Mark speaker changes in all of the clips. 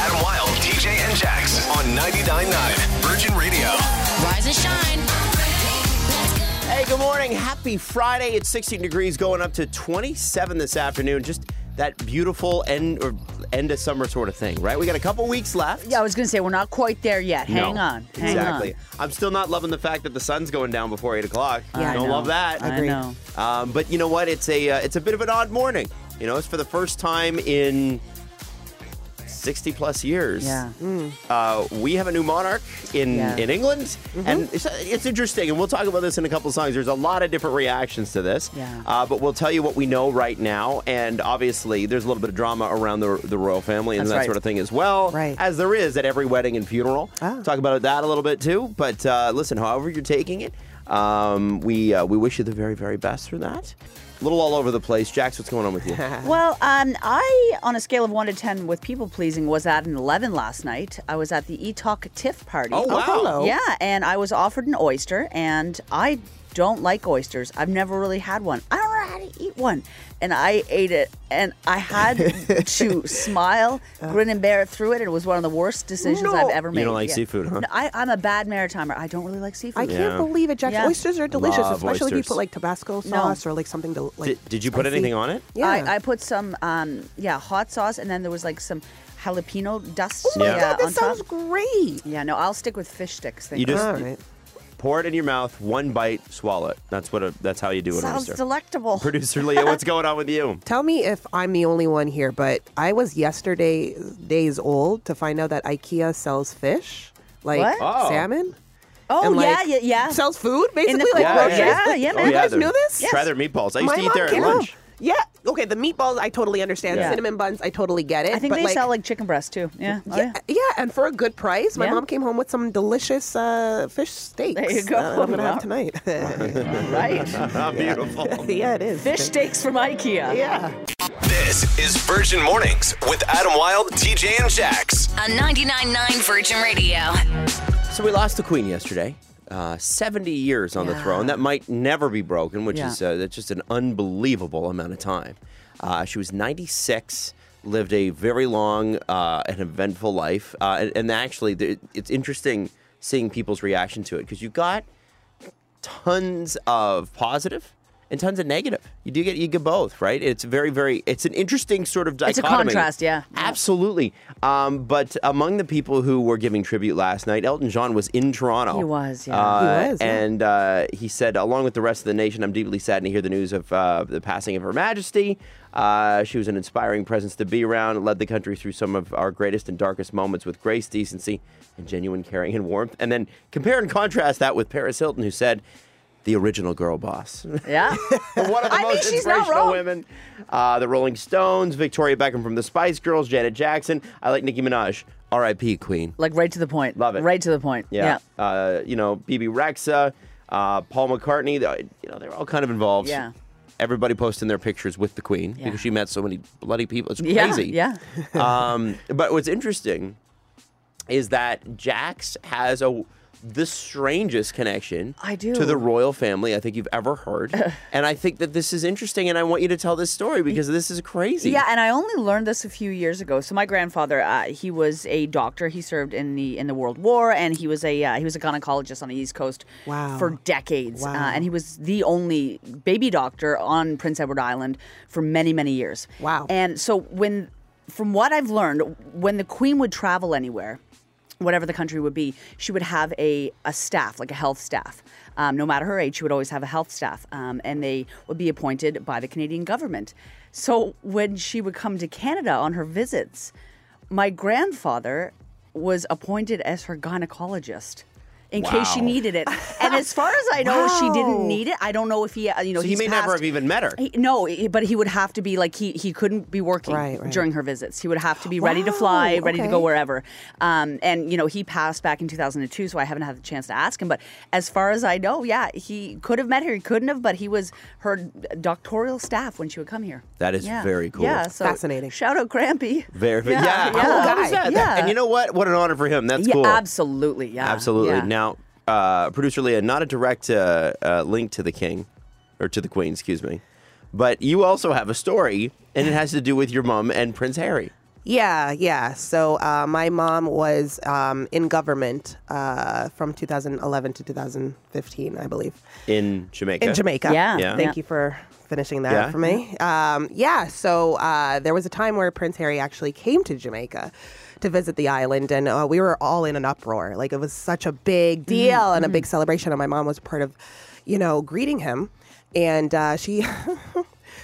Speaker 1: Adam Wilde, TJ, and Jax on 99.9 Virgin Radio.
Speaker 2: Rise and shine.
Speaker 3: Hey, good morning. Happy Friday. It's 16 degrees going up to 27 this afternoon. Just that beautiful end or end of summer sort of thing, right? We got a couple weeks left.
Speaker 4: Yeah, I was gonna say we're not quite there yet. Hang
Speaker 3: No.
Speaker 4: on. Hang
Speaker 3: exactly.
Speaker 4: on.
Speaker 3: I'm still not loving the fact that the sun's going down before eight o'clock.
Speaker 4: Yeah, I
Speaker 3: don't
Speaker 4: know.
Speaker 3: love that.
Speaker 4: I Agreed. know.
Speaker 3: Um, but you know what? It's a uh, it's a bit of an odd morning. You know, it's for the first time in sixty plus years.
Speaker 4: Yeah.
Speaker 3: Uh, we have a new monarch in
Speaker 4: Yeah.
Speaker 3: in England, and it's, it's interesting. And we'll talk about this in a couple songs. There's a lot of different reactions to this.
Speaker 4: Yeah.
Speaker 3: Uh, but we'll tell you what we know right now. And obviously, there's a little bit of drama around the the royal family and
Speaker 4: That's
Speaker 3: that
Speaker 4: right.
Speaker 3: sort of thing as well.
Speaker 5: Right.
Speaker 3: As there is at every wedding and funeral.
Speaker 5: Ah.
Speaker 3: Talk about that a little bit too. But uh, listen, however you're taking it, um, we uh, we wish you the very very best for that. A little all over the place, Jax. What's going on with you?
Speaker 4: Well, um, I, on a scale of one to ten, with people pleasing, was at an eleven last night. I was at the E Talk TIFF party.
Speaker 3: Oh, wow. hello.
Speaker 4: Yeah, and I was offered an oyster, and I don't like oysters. I've never really had one. I don't know how to eat one, and I ate it, and I had to smile, grin, and bear it through it. And it was one of the worst decisions I've ever made.
Speaker 3: You don't like seafood, huh?
Speaker 4: No, I, I'm a bad maritimer. I don't really like seafood.
Speaker 5: I
Speaker 3: Yeah.
Speaker 5: can't believe it, Jack.
Speaker 4: Yeah.
Speaker 5: Oysters are delicious,
Speaker 3: Love
Speaker 5: especially if you
Speaker 3: oysters.
Speaker 5: put like Tabasco sauce or like something to like.
Speaker 3: Did, did you put
Speaker 5: spicy.
Speaker 3: anything on it?
Speaker 5: Yeah,
Speaker 4: I, I put some, um, yeah, hot sauce, and then there was like some jalapeno dust.
Speaker 5: Oh my
Speaker 3: Yeah.
Speaker 5: god,
Speaker 4: on
Speaker 5: that
Speaker 4: top.
Speaker 5: sounds great.
Speaker 4: Yeah, no, I'll stick with fish sticks. Thank
Speaker 3: You just
Speaker 5: All right.
Speaker 3: pour it in your mouth, one bite, swallow it. That's what a, that's how you do an
Speaker 4: sounds
Speaker 3: oyster.
Speaker 4: delectable.
Speaker 3: Producer Leah, what's going on with you?
Speaker 5: Tell me if I'm the only one here, but I was yesterday days old to find out that IKEA sells fish, like
Speaker 4: What?
Speaker 3: Oh.
Speaker 5: salmon.
Speaker 4: oh
Speaker 5: and, like,
Speaker 4: yeah, yeah, yeah.
Speaker 5: Sells food basically, like
Speaker 4: Yeah,
Speaker 5: groceries.
Speaker 4: yeah, yeah, yeah,
Speaker 5: You
Speaker 4: man.
Speaker 3: Oh,
Speaker 5: guys
Speaker 3: they're-
Speaker 5: knew this?
Speaker 3: Try their meatballs. I used
Speaker 5: My
Speaker 3: to eat
Speaker 5: mom
Speaker 3: there at
Speaker 5: can't-
Speaker 3: lunch.
Speaker 5: Yeah. Okay. The meatballs, I totally understand.
Speaker 3: Yeah.
Speaker 5: Cinnamon buns, I totally get it.
Speaker 4: I think
Speaker 5: but
Speaker 4: they
Speaker 5: like,
Speaker 4: sell like chicken breast too. Yeah. Oh,
Speaker 5: Yeah, yeah, and for a good price. My
Speaker 4: Yeah.
Speaker 5: mom came home with some delicious uh, fish steaks.
Speaker 4: There you go.
Speaker 5: that I'm gonna
Speaker 4: Wow.
Speaker 5: have tonight.
Speaker 4: yeah. Right.
Speaker 3: Ah, beautiful.
Speaker 5: yeah, it is.
Speaker 4: fish steaks from IKEA.
Speaker 5: Yeah.
Speaker 1: This is Virgin Mornings with Adam Wilde, TJ, and Jax.
Speaker 2: On 99.9 Virgin Radio.
Speaker 3: So we lost the queen yesterday. Uh, 70 years on the
Speaker 4: Yeah.
Speaker 3: throne. That might never be broken, which
Speaker 4: Yeah.
Speaker 3: is uh, that's just an unbelievable amount of time. Uh, she was 96, lived a very long uh, and eventful life. Uh, and, and actually, the, it's interesting seeing people's reaction to it because you got tons of positive and tons of negative. You do get you get both, right? It's very very it's an interesting sort of dichotomy.
Speaker 4: It's a contrast, yeah.
Speaker 3: Absolutely. Um, but among the people who were giving tribute last night, Elton John was in Toronto.
Speaker 4: He was, yeah.
Speaker 3: Uh,
Speaker 5: He was, yeah.
Speaker 3: And uh, he said, along with the rest of the nation, I'm deeply saddened to hear the news of uh, the passing of Her Majesty. Uh, she was an inspiring presence to be around, led the country through some of our greatest and darkest moments with grace, decency, and genuine caring and warmth. And then compare and contrast that with Paris Hilton, who said, the original girl boss.
Speaker 4: Yeah.
Speaker 3: One of the
Speaker 4: I mean,
Speaker 3: most
Speaker 4: she's not
Speaker 3: inspirational
Speaker 4: wrong.
Speaker 3: women. Uh, the Rolling Stones, Victoria Beckham from the Spice Girls, Janet Jackson. I like Nicki Minaj. R.I.P. Queen.
Speaker 4: like right to the point.
Speaker 3: Love it.
Speaker 4: Right to the point.
Speaker 3: Yeah. Uh, you know, BB Rexa, uh, Paul McCartney. uh, You know, they're all kind of involved.
Speaker 4: Yeah.
Speaker 3: Everybody posting their pictures with the Queen
Speaker 4: Yeah.
Speaker 3: because she met so many bloody people. It's
Speaker 4: Yeah.
Speaker 3: crazy.
Speaker 4: Yeah.
Speaker 3: um, but what's interesting is that Jax has a the strangest connection
Speaker 4: I do.
Speaker 3: to the royal family I think you've ever heard. and I think that this is interesting and I want you to tell this story because this is crazy.
Speaker 4: Yeah, and I only learned this a few years ago. So my grandfather, uh, he was a doctor. He served in the in the World War, and he was a uh, he was a gynecologist on the East Coast
Speaker 5: Wow.
Speaker 4: for decades. Uh,
Speaker 5: Wow.
Speaker 4: and he was the only baby doctor on Prince Edward Island for many many years.
Speaker 5: Wow.
Speaker 4: And so when, from what I've learned, when the Queen would travel anywhere, whatever the country would be, she would have a, a staff, like a health staff. Um, no matter her age, she would always have a health staff, um, and they would be appointed by the Canadian government. So when she would come to Canada on her visits, my grandfather was appointed as her gynecologist. In case she
Speaker 3: Wow.
Speaker 4: needed it, and as far as I know, she
Speaker 5: Wow.
Speaker 4: didn't need it. I don't know if he, uh, you know,
Speaker 3: So he
Speaker 4: he's
Speaker 3: may never
Speaker 4: passed-
Speaker 3: have even met her.
Speaker 4: He- no, he- but he would have to be like he he couldn't be working
Speaker 5: Right, right.
Speaker 4: during her visits. He would have to be ready to
Speaker 5: Wow,
Speaker 4: fly, ready to go
Speaker 5: okay.
Speaker 4: wherever. Um, and you know, he passed back in 2002, so I haven't had the chance to ask him. But as far as I know, yeah, he could have met her, he couldn't have, but he was her doctoral staff when she would come here.
Speaker 3: That is
Speaker 4: Yeah.
Speaker 3: very cool.
Speaker 4: Yeah, so
Speaker 5: Fascinating.
Speaker 4: Shout out Crampy.
Speaker 3: Very, yeah, Oh,
Speaker 4: Yeah,
Speaker 3: Cool
Speaker 4: yeah.
Speaker 3: guy.
Speaker 4: Cool guy. Yeah.
Speaker 3: And you know what? What an honor for him. That's
Speaker 4: yeah,
Speaker 3: cool.
Speaker 4: absolutely. Yeah,
Speaker 3: Absolutely.
Speaker 4: yeah.
Speaker 3: Now, uh, producer Leah, not a direct uh, uh, link to the king or to the queen, excuse me, but you also have a story, and it has to do with your mom and Prince Harry.
Speaker 5: Yeah, yeah. So uh, my mom was um, in government uh, from 2011 to 2015, I believe,
Speaker 3: in Jamaica.
Speaker 5: in Jamaica.
Speaker 4: Yeah.
Speaker 3: Yeah.
Speaker 5: Thank you for finishing that
Speaker 3: Yeah.
Speaker 5: for me. Um, yeah. So uh, there was a time where Prince Harry actually came to Jamaica to visit the island, and uh, we were all in an uproar. Like it was such a
Speaker 4: Mm.
Speaker 5: big deal and a big celebration, and my mom was part of, you know, greeting him, and uh, she.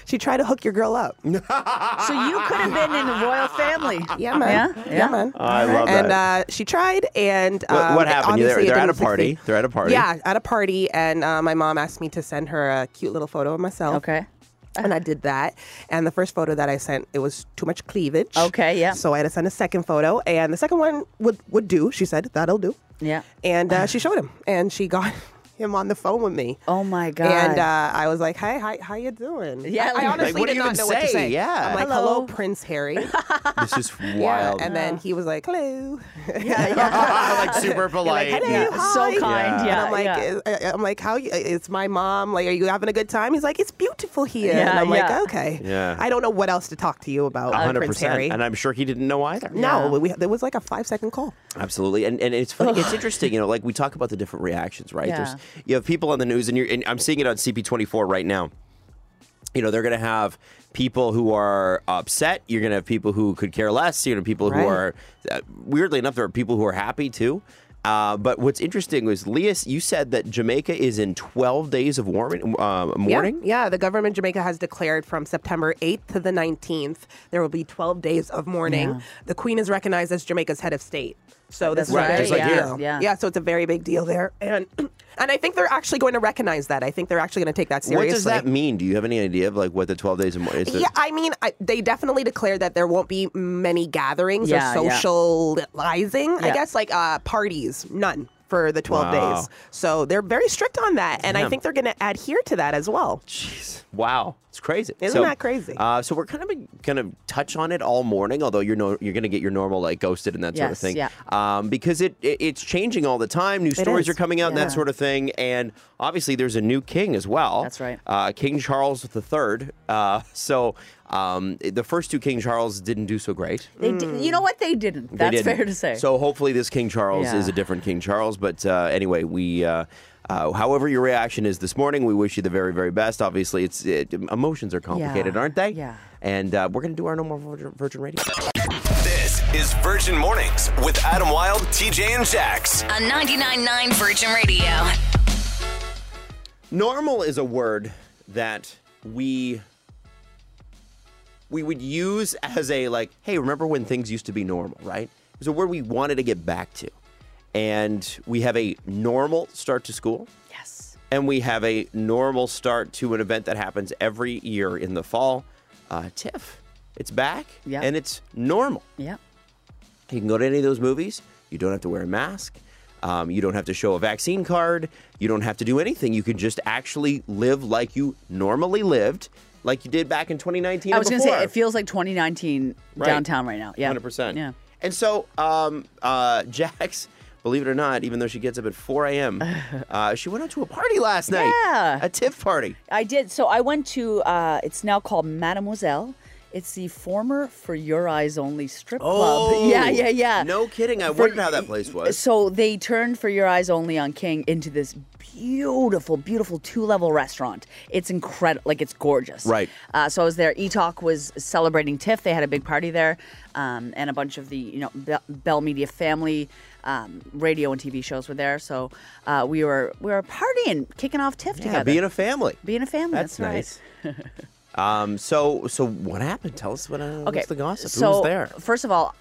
Speaker 5: She tried to hook your girl up.
Speaker 4: So you could have been in the royal family.
Speaker 5: Yeah, man.
Speaker 4: Yeah?
Speaker 5: Yeah,
Speaker 4: Yeah.
Speaker 5: man.
Speaker 3: I love
Speaker 5: and,
Speaker 3: that.
Speaker 5: uh, she tried, and
Speaker 3: Oh, What-
Speaker 5: um,
Speaker 3: what happened? They're-
Speaker 5: obviously it
Speaker 3: they're at
Speaker 5: didn't
Speaker 3: a party.
Speaker 5: succeed.
Speaker 3: They're at a party.
Speaker 5: Yeah, at a party, and uh, my mom asked me to send her a cute little photo of myself.
Speaker 4: Okay.
Speaker 5: And I did that. And the first photo that I sent, it was too much cleavage.
Speaker 4: Okay, yeah.
Speaker 5: So I had to send a second photo, and the second one would would do. She said that'll do.
Speaker 4: Yeah.
Speaker 5: And uh, she showed him, and she got him on the phone with me.
Speaker 4: Oh my God.
Speaker 5: And uh, I was like, "Hey, hi, how you doing?"
Speaker 4: Yeah,
Speaker 5: I,
Speaker 4: like-
Speaker 5: I honestly
Speaker 3: Like, what do
Speaker 5: did
Speaker 3: you
Speaker 5: not
Speaker 3: even
Speaker 5: know what to
Speaker 3: say?
Speaker 5: say.
Speaker 3: Yeah.
Speaker 5: I'm like,
Speaker 4: Hello.
Speaker 5: "Hello, Prince Harry."
Speaker 3: This is
Speaker 5: uh, Yeah,
Speaker 3: wild.
Speaker 5: And then he was like, hello.
Speaker 4: yeah, yeah.
Speaker 3: like super polite.
Speaker 5: hello,
Speaker 3: Yeah.
Speaker 5: hi.
Speaker 4: So kind.
Speaker 3: And
Speaker 4: Yeah.
Speaker 5: And I'm like,
Speaker 4: yeah.
Speaker 5: "Is- I- I'm like, how? You, it's my mom. Like, are you having a good time? He's like, it's beautiful here. and
Speaker 4: Yeah,
Speaker 5: I'm
Speaker 4: yeah.
Speaker 5: like, okay.
Speaker 3: Yeah.
Speaker 5: I don't know what else to talk to you about. uh,
Speaker 3: hundred
Speaker 5: Prince Harry.
Speaker 3: percent. And I'm sure he didn't know either.
Speaker 5: no, we, there was like a five second call.
Speaker 3: Absolutely, and and it's funny, it's interesting, you know, like we talk about the different reactions, right?
Speaker 4: Yeah.
Speaker 3: There's you have people on the news, and you're, and I'm seeing it on CP24 right now. You know, they're going to have people who are upset. You're going to have people who could care less. You're going to people who
Speaker 5: Right.
Speaker 3: are uh, weirdly enough, there are people who are happy too. Uh, but what's interesting was, Leah, you said that Jamaica is in 12 days of warming, uh, mourning.
Speaker 5: Yeah, yeah, the government of Jamaica has declared from September 8th to the 19th, there will be 12 days of mourning. The Queen is recognized as Jamaica's head of state. So this is
Speaker 3: Right,
Speaker 5: a
Speaker 3: just
Speaker 5: big
Speaker 3: like here.
Speaker 5: deal.
Speaker 4: Yeah.
Speaker 5: yeah, so it's a very big deal there. And and I think they're actually going to recognize that. I think they're actually going to take that seriously.
Speaker 3: What does that mean? Do you have any idea of like what the 12 days of mourning is?
Speaker 5: Yeah, I mean, I, they definitely declared that there won't be many gatherings
Speaker 4: Yeah, yeah.
Speaker 5: or socializing. I
Speaker 4: Yeah.
Speaker 5: guess like uh, parties, none for the 12
Speaker 3: Wow.
Speaker 5: days. So they're very strict on that. And I
Speaker 3: Damn.
Speaker 5: think they're going to adhere to that as well.
Speaker 3: Jeez. Wow. It's crazy.
Speaker 5: Isn't that crazy?
Speaker 3: Uh, so we're kind of going to touch on it all morning, although you're no, you're going to get your normal like ghosted and that sort of
Speaker 4: Yes,
Speaker 3: thing.
Speaker 4: yeah.
Speaker 3: Um, because it, it it's changing all the time. New stories
Speaker 5: is.
Speaker 3: are coming out and
Speaker 4: Yeah.
Speaker 3: that sort of thing. And obviously there's a new king as well.
Speaker 4: That's right.
Speaker 3: Uh, king Charles III. Uh, so um, the first two King Charles didn't do so great.
Speaker 4: They did, you know what? They didn't.
Speaker 3: They
Speaker 4: That's
Speaker 3: didn't.
Speaker 4: fair to say.
Speaker 3: So hopefully this King Charles is a
Speaker 4: Yeah.
Speaker 3: different King Charles. But uh, anyway, we. Uh, uh, however, your reaction is this morning. We wish you the very, very best. Obviously, it's it, emotions are complicated,
Speaker 4: Yeah.
Speaker 3: aren't they?
Speaker 4: Yeah.
Speaker 3: And uh, we're gonna do our normal Virgin, Virgin Radio.
Speaker 1: This is Virgin Mornings with Adam Wilde, TJ, and Jax.
Speaker 2: On 99.9 Virgin Radio.
Speaker 3: Normal is a word that we we would use as a like, hey, remember when things used to be normal, right? It's a word we wanted to get back to, and we have a normal start to school.
Speaker 4: yes.
Speaker 3: and we have a normal start to an event that happens every year in the fall. Uh, TIFF, it's back,
Speaker 4: Yeah.
Speaker 3: and it's normal.
Speaker 4: Yeah.
Speaker 3: You can go to any of those movies. You don't have to wear a mask. Um, you don't have to show a vaccine card. You don't have to do anything. You can just actually live like you normally lived, like you did back in 2019.
Speaker 4: I
Speaker 3: and
Speaker 4: was going to say,
Speaker 3: before.
Speaker 4: it feels like 2019
Speaker 3: Right.
Speaker 4: downtown right now. Yeah.
Speaker 3: 100%.
Speaker 4: Yeah.
Speaker 3: And so, um, uh, Jax, believe it or not, even though she gets up at 4 a.m., uh, she went out to a party last night.
Speaker 4: Yeah.
Speaker 3: A TIFF party.
Speaker 4: I did. So I went to, uh, it's now called Mademoiselle. It's the former For Your Eyes Only strip
Speaker 3: Oh,
Speaker 4: club. Yeah, yeah, yeah.
Speaker 3: No kidding. I
Speaker 4: For-
Speaker 3: wondered how that place was.
Speaker 4: So they turned For Your Eyes Only on King into this beautiful, beautiful two level restaurant. It's incredible. Like, it's gorgeous.
Speaker 3: Right.
Speaker 4: Uh, so I was there. E-Talk was celebrating TIFF. They had a big party there, um, and a bunch of the you know Bell, Bell Media family, um, radio and TV shows were there. So uh, we were we were partying, kicking off TIFF
Speaker 3: yeah,
Speaker 4: together,
Speaker 3: being a family.
Speaker 4: Being a family. That's, right.
Speaker 3: nice. um. So so what happened? Tell us what. Uh,
Speaker 4: Okay.
Speaker 3: What's the gossip?
Speaker 4: So
Speaker 3: Who was there?
Speaker 4: first of all,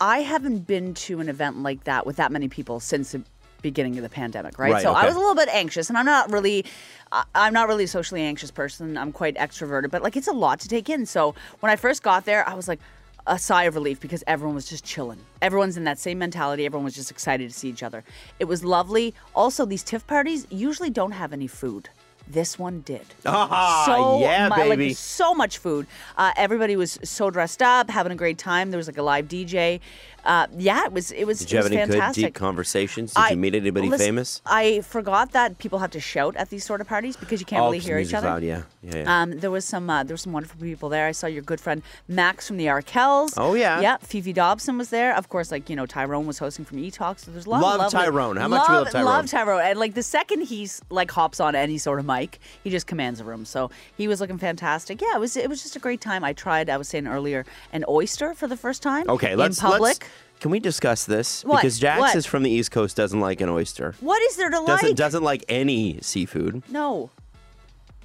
Speaker 4: I haven't been to an event like that with that many people since the beginning of the pandemic, right?
Speaker 3: Right,
Speaker 4: so I
Speaker 3: okay.
Speaker 4: was a little bit anxious, and I'm not really, I- I'm not really a socially anxious person. I'm quite extroverted, but like it's a lot to take in. So when I first got there, I was like. A sigh of relief because everyone was just chilling. Everyone's in that same mentality. Everyone was just excited to see each other. It was lovely. Also, these TIFF parties usually don't have any food. This one did.
Speaker 3: Ah,
Speaker 4: so
Speaker 3: yeah,
Speaker 4: mu- like,
Speaker 3: baby.
Speaker 4: so much food. Uh, everybody was so dressed up, having a great time. There was like a live DJ. uh, yeah, it was it was,
Speaker 3: Did you
Speaker 4: it
Speaker 3: have
Speaker 4: was
Speaker 3: any
Speaker 4: fantastic.
Speaker 3: good deep conversations? Did you meet anybody
Speaker 4: listen,
Speaker 3: famous?
Speaker 4: I forgot that people have to shout at these sort of parties because you can't really
Speaker 3: 'cause the
Speaker 4: hear each
Speaker 3: music's
Speaker 4: other.
Speaker 3: loud, yeah, yeah, yeah.
Speaker 4: Um, there was some uh, there were some wonderful people there. I saw your good friend Max from the Arkells.
Speaker 3: Oh, yeah.
Speaker 4: yeah. Fifi Dobson was there. Of course, like you know Tyrone was hosting from E Talk. So there's a lot.
Speaker 3: Love
Speaker 4: of lovely-
Speaker 3: Tyrone. How much we love Tyrone.
Speaker 4: Love Tyrone. And like the second he's like hops on any sort of mic, he just commands a room. So he was looking fantastic. Yeah, it was it was just a great time. I tried. I was saying earlier an oyster for the first time.
Speaker 3: okay, let's
Speaker 4: in public.
Speaker 3: let's. Can we discuss this?
Speaker 4: What?
Speaker 3: Because Jax
Speaker 4: What?
Speaker 3: is from the East Coast, doesn't like an oyster.
Speaker 4: What is there to like?
Speaker 3: Doesn't doesn't like any seafood.
Speaker 4: No.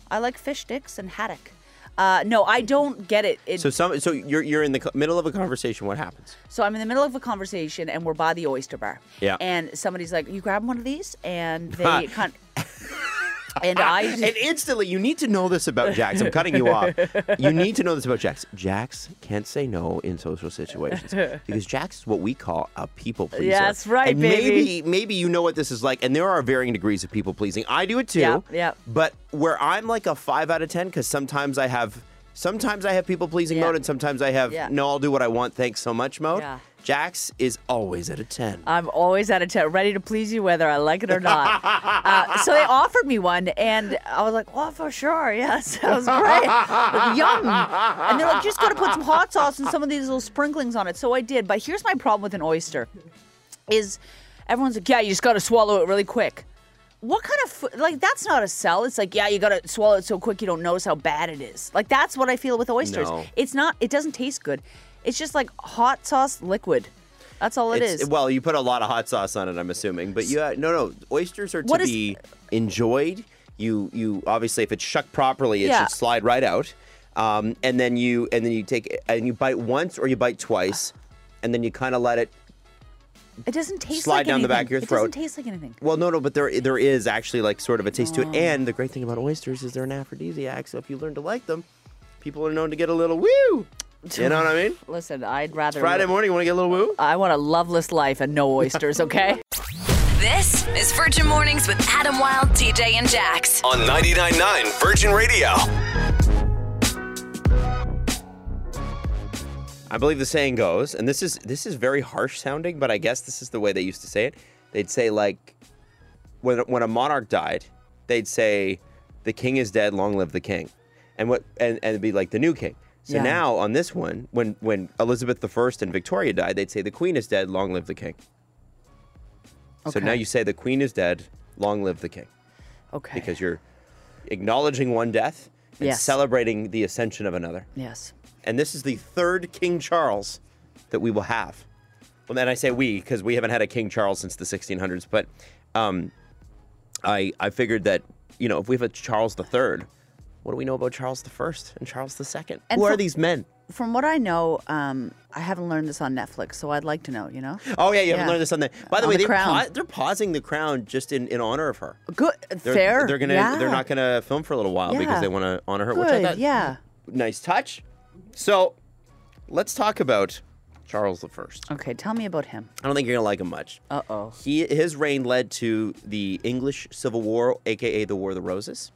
Speaker 4: I like fish sticks and haddock. Uh, no, I don't get it. it
Speaker 3: So
Speaker 4: so,
Speaker 3: some so you're you're in the co- middle of a conversation. What happens?
Speaker 4: I'm in the middle of a conversation and we're by the oyster bar.
Speaker 3: Yeah.
Speaker 4: And somebody's like, "You grab one of these," and they kind. and I.
Speaker 3: and instantly, you need to know this about Jax. I'm cutting you off. You need to know this about Jax. Jax can't say no in social situations because Jax is what we call a people pleaser.
Speaker 4: That's right,
Speaker 3: and
Speaker 4: baby.
Speaker 3: Maybe maybe you know what this is like, and there are varying degrees of people pleasing. I do it too.
Speaker 4: Yeah, yeah.
Speaker 3: But where I'm like a five out of ten because sometimes I have sometimes I have people pleasing
Speaker 4: Yeah.
Speaker 3: mode, and sometimes I have
Speaker 4: Yeah.
Speaker 3: no, I'll do what I want, thanks so much mode.
Speaker 4: Yeah.
Speaker 3: Jax is always at a ten.
Speaker 4: I'm always at a ten, ready to please you whether I like it or not. uh, so they offered me one, and I was like, "Well, for sure, yeah, sounds great, yum." And they're like, "You just got to put some hot sauce and some of these little sprinklings on it." So I did, but here's my problem with an oyster: is everyone's like, "Yeah, you just got to swallow it really quick." What kind of food? Like that's not a sell. It's like, yeah, you gotta swallow it so quick you don't notice how bad it is. Like that's what I feel with oysters.
Speaker 3: No.
Speaker 4: It's not. It doesn't taste good. It's just like hot sauce liquid. That's all it
Speaker 3: It's-
Speaker 4: is.
Speaker 3: Well, you put a lot of hot sauce on it, I'm assuming. But yeah, no, no, oysters are to
Speaker 4: What is-
Speaker 3: be enjoyed. You, you obviously, if it's shucked properly, it
Speaker 4: Yeah.
Speaker 3: should slide right out. Um, and then you, and then you take, and you bite once or you bite twice, and then you kind of let it.
Speaker 4: It doesn't taste
Speaker 3: Slide
Speaker 4: like
Speaker 3: down the
Speaker 4: anything.
Speaker 3: back of your
Speaker 4: It doesn't
Speaker 3: throat.
Speaker 4: taste like anything.
Speaker 3: Well, no, no, but there, there is actually like sort of a taste to
Speaker 4: Oh.
Speaker 3: it. And the great thing about oysters is they're an aphrodisiac. So if you learn to like them, people are known to get a little woo. You know what I mean?
Speaker 4: Listen, I'd rather
Speaker 3: Friday morning, you want to get a little woo?
Speaker 4: I want a loveless life and no oysters, okay?
Speaker 2: This is Virgin Mornings with Adam Wilde, TJ, and Jax.
Speaker 1: On 99.9 Virgin Radio.
Speaker 3: I believe the saying goes, and this is this is very harsh sounding, but I guess this is the way they used to say it. They'd say like, when when a monarch died, they'd say, "The king is dead. Long live the king," and what and and it'd be like the new king. So
Speaker 4: Yeah.
Speaker 3: now on this one, when when Elizabeth I and Victoria died, they'd say, "The queen is dead. Long live the king." So now
Speaker 4: Okay.
Speaker 3: you say, "The queen is dead. Long live the king,"
Speaker 4: Okay.
Speaker 3: because you're acknowledging one death and
Speaker 4: Eh. Yes.
Speaker 3: celebrating the ascension of another
Speaker 4: yes.
Speaker 3: and this is the third King Charles that we will have. Well, then I say we because we haven't had a King Charles since the 1600s. But um, I I figured that you know if we have a Charles the Third, what do we know about Charles the First and Charles the Second?
Speaker 4: And
Speaker 3: Who are
Speaker 4: for-
Speaker 3: these men?
Speaker 4: From what I know, um, I haven't learned this on Netflix, so I'd like to know, you know?
Speaker 3: Oh yeah, you
Speaker 4: Yeah.
Speaker 3: haven't learned this on the. By the
Speaker 4: On
Speaker 3: way,
Speaker 4: the
Speaker 3: they
Speaker 4: Crown.
Speaker 3: they're pausing the crown just in, in honor of her.
Speaker 4: Good.
Speaker 3: They're,
Speaker 4: fair.
Speaker 3: They're gonna.
Speaker 4: yeah.
Speaker 3: They're not gonna film for a little while
Speaker 4: Yeah.
Speaker 3: because they want to honor her.
Speaker 4: Good.
Speaker 3: Which I thought,
Speaker 4: yeah.
Speaker 3: Nice touch. So, let's talk about Charles the First.
Speaker 4: Okay, tell me about him.
Speaker 3: I don't think you're gonna like him much.
Speaker 4: Uh oh.
Speaker 3: He his reign led to the English Civil War, aka the War of the Roses,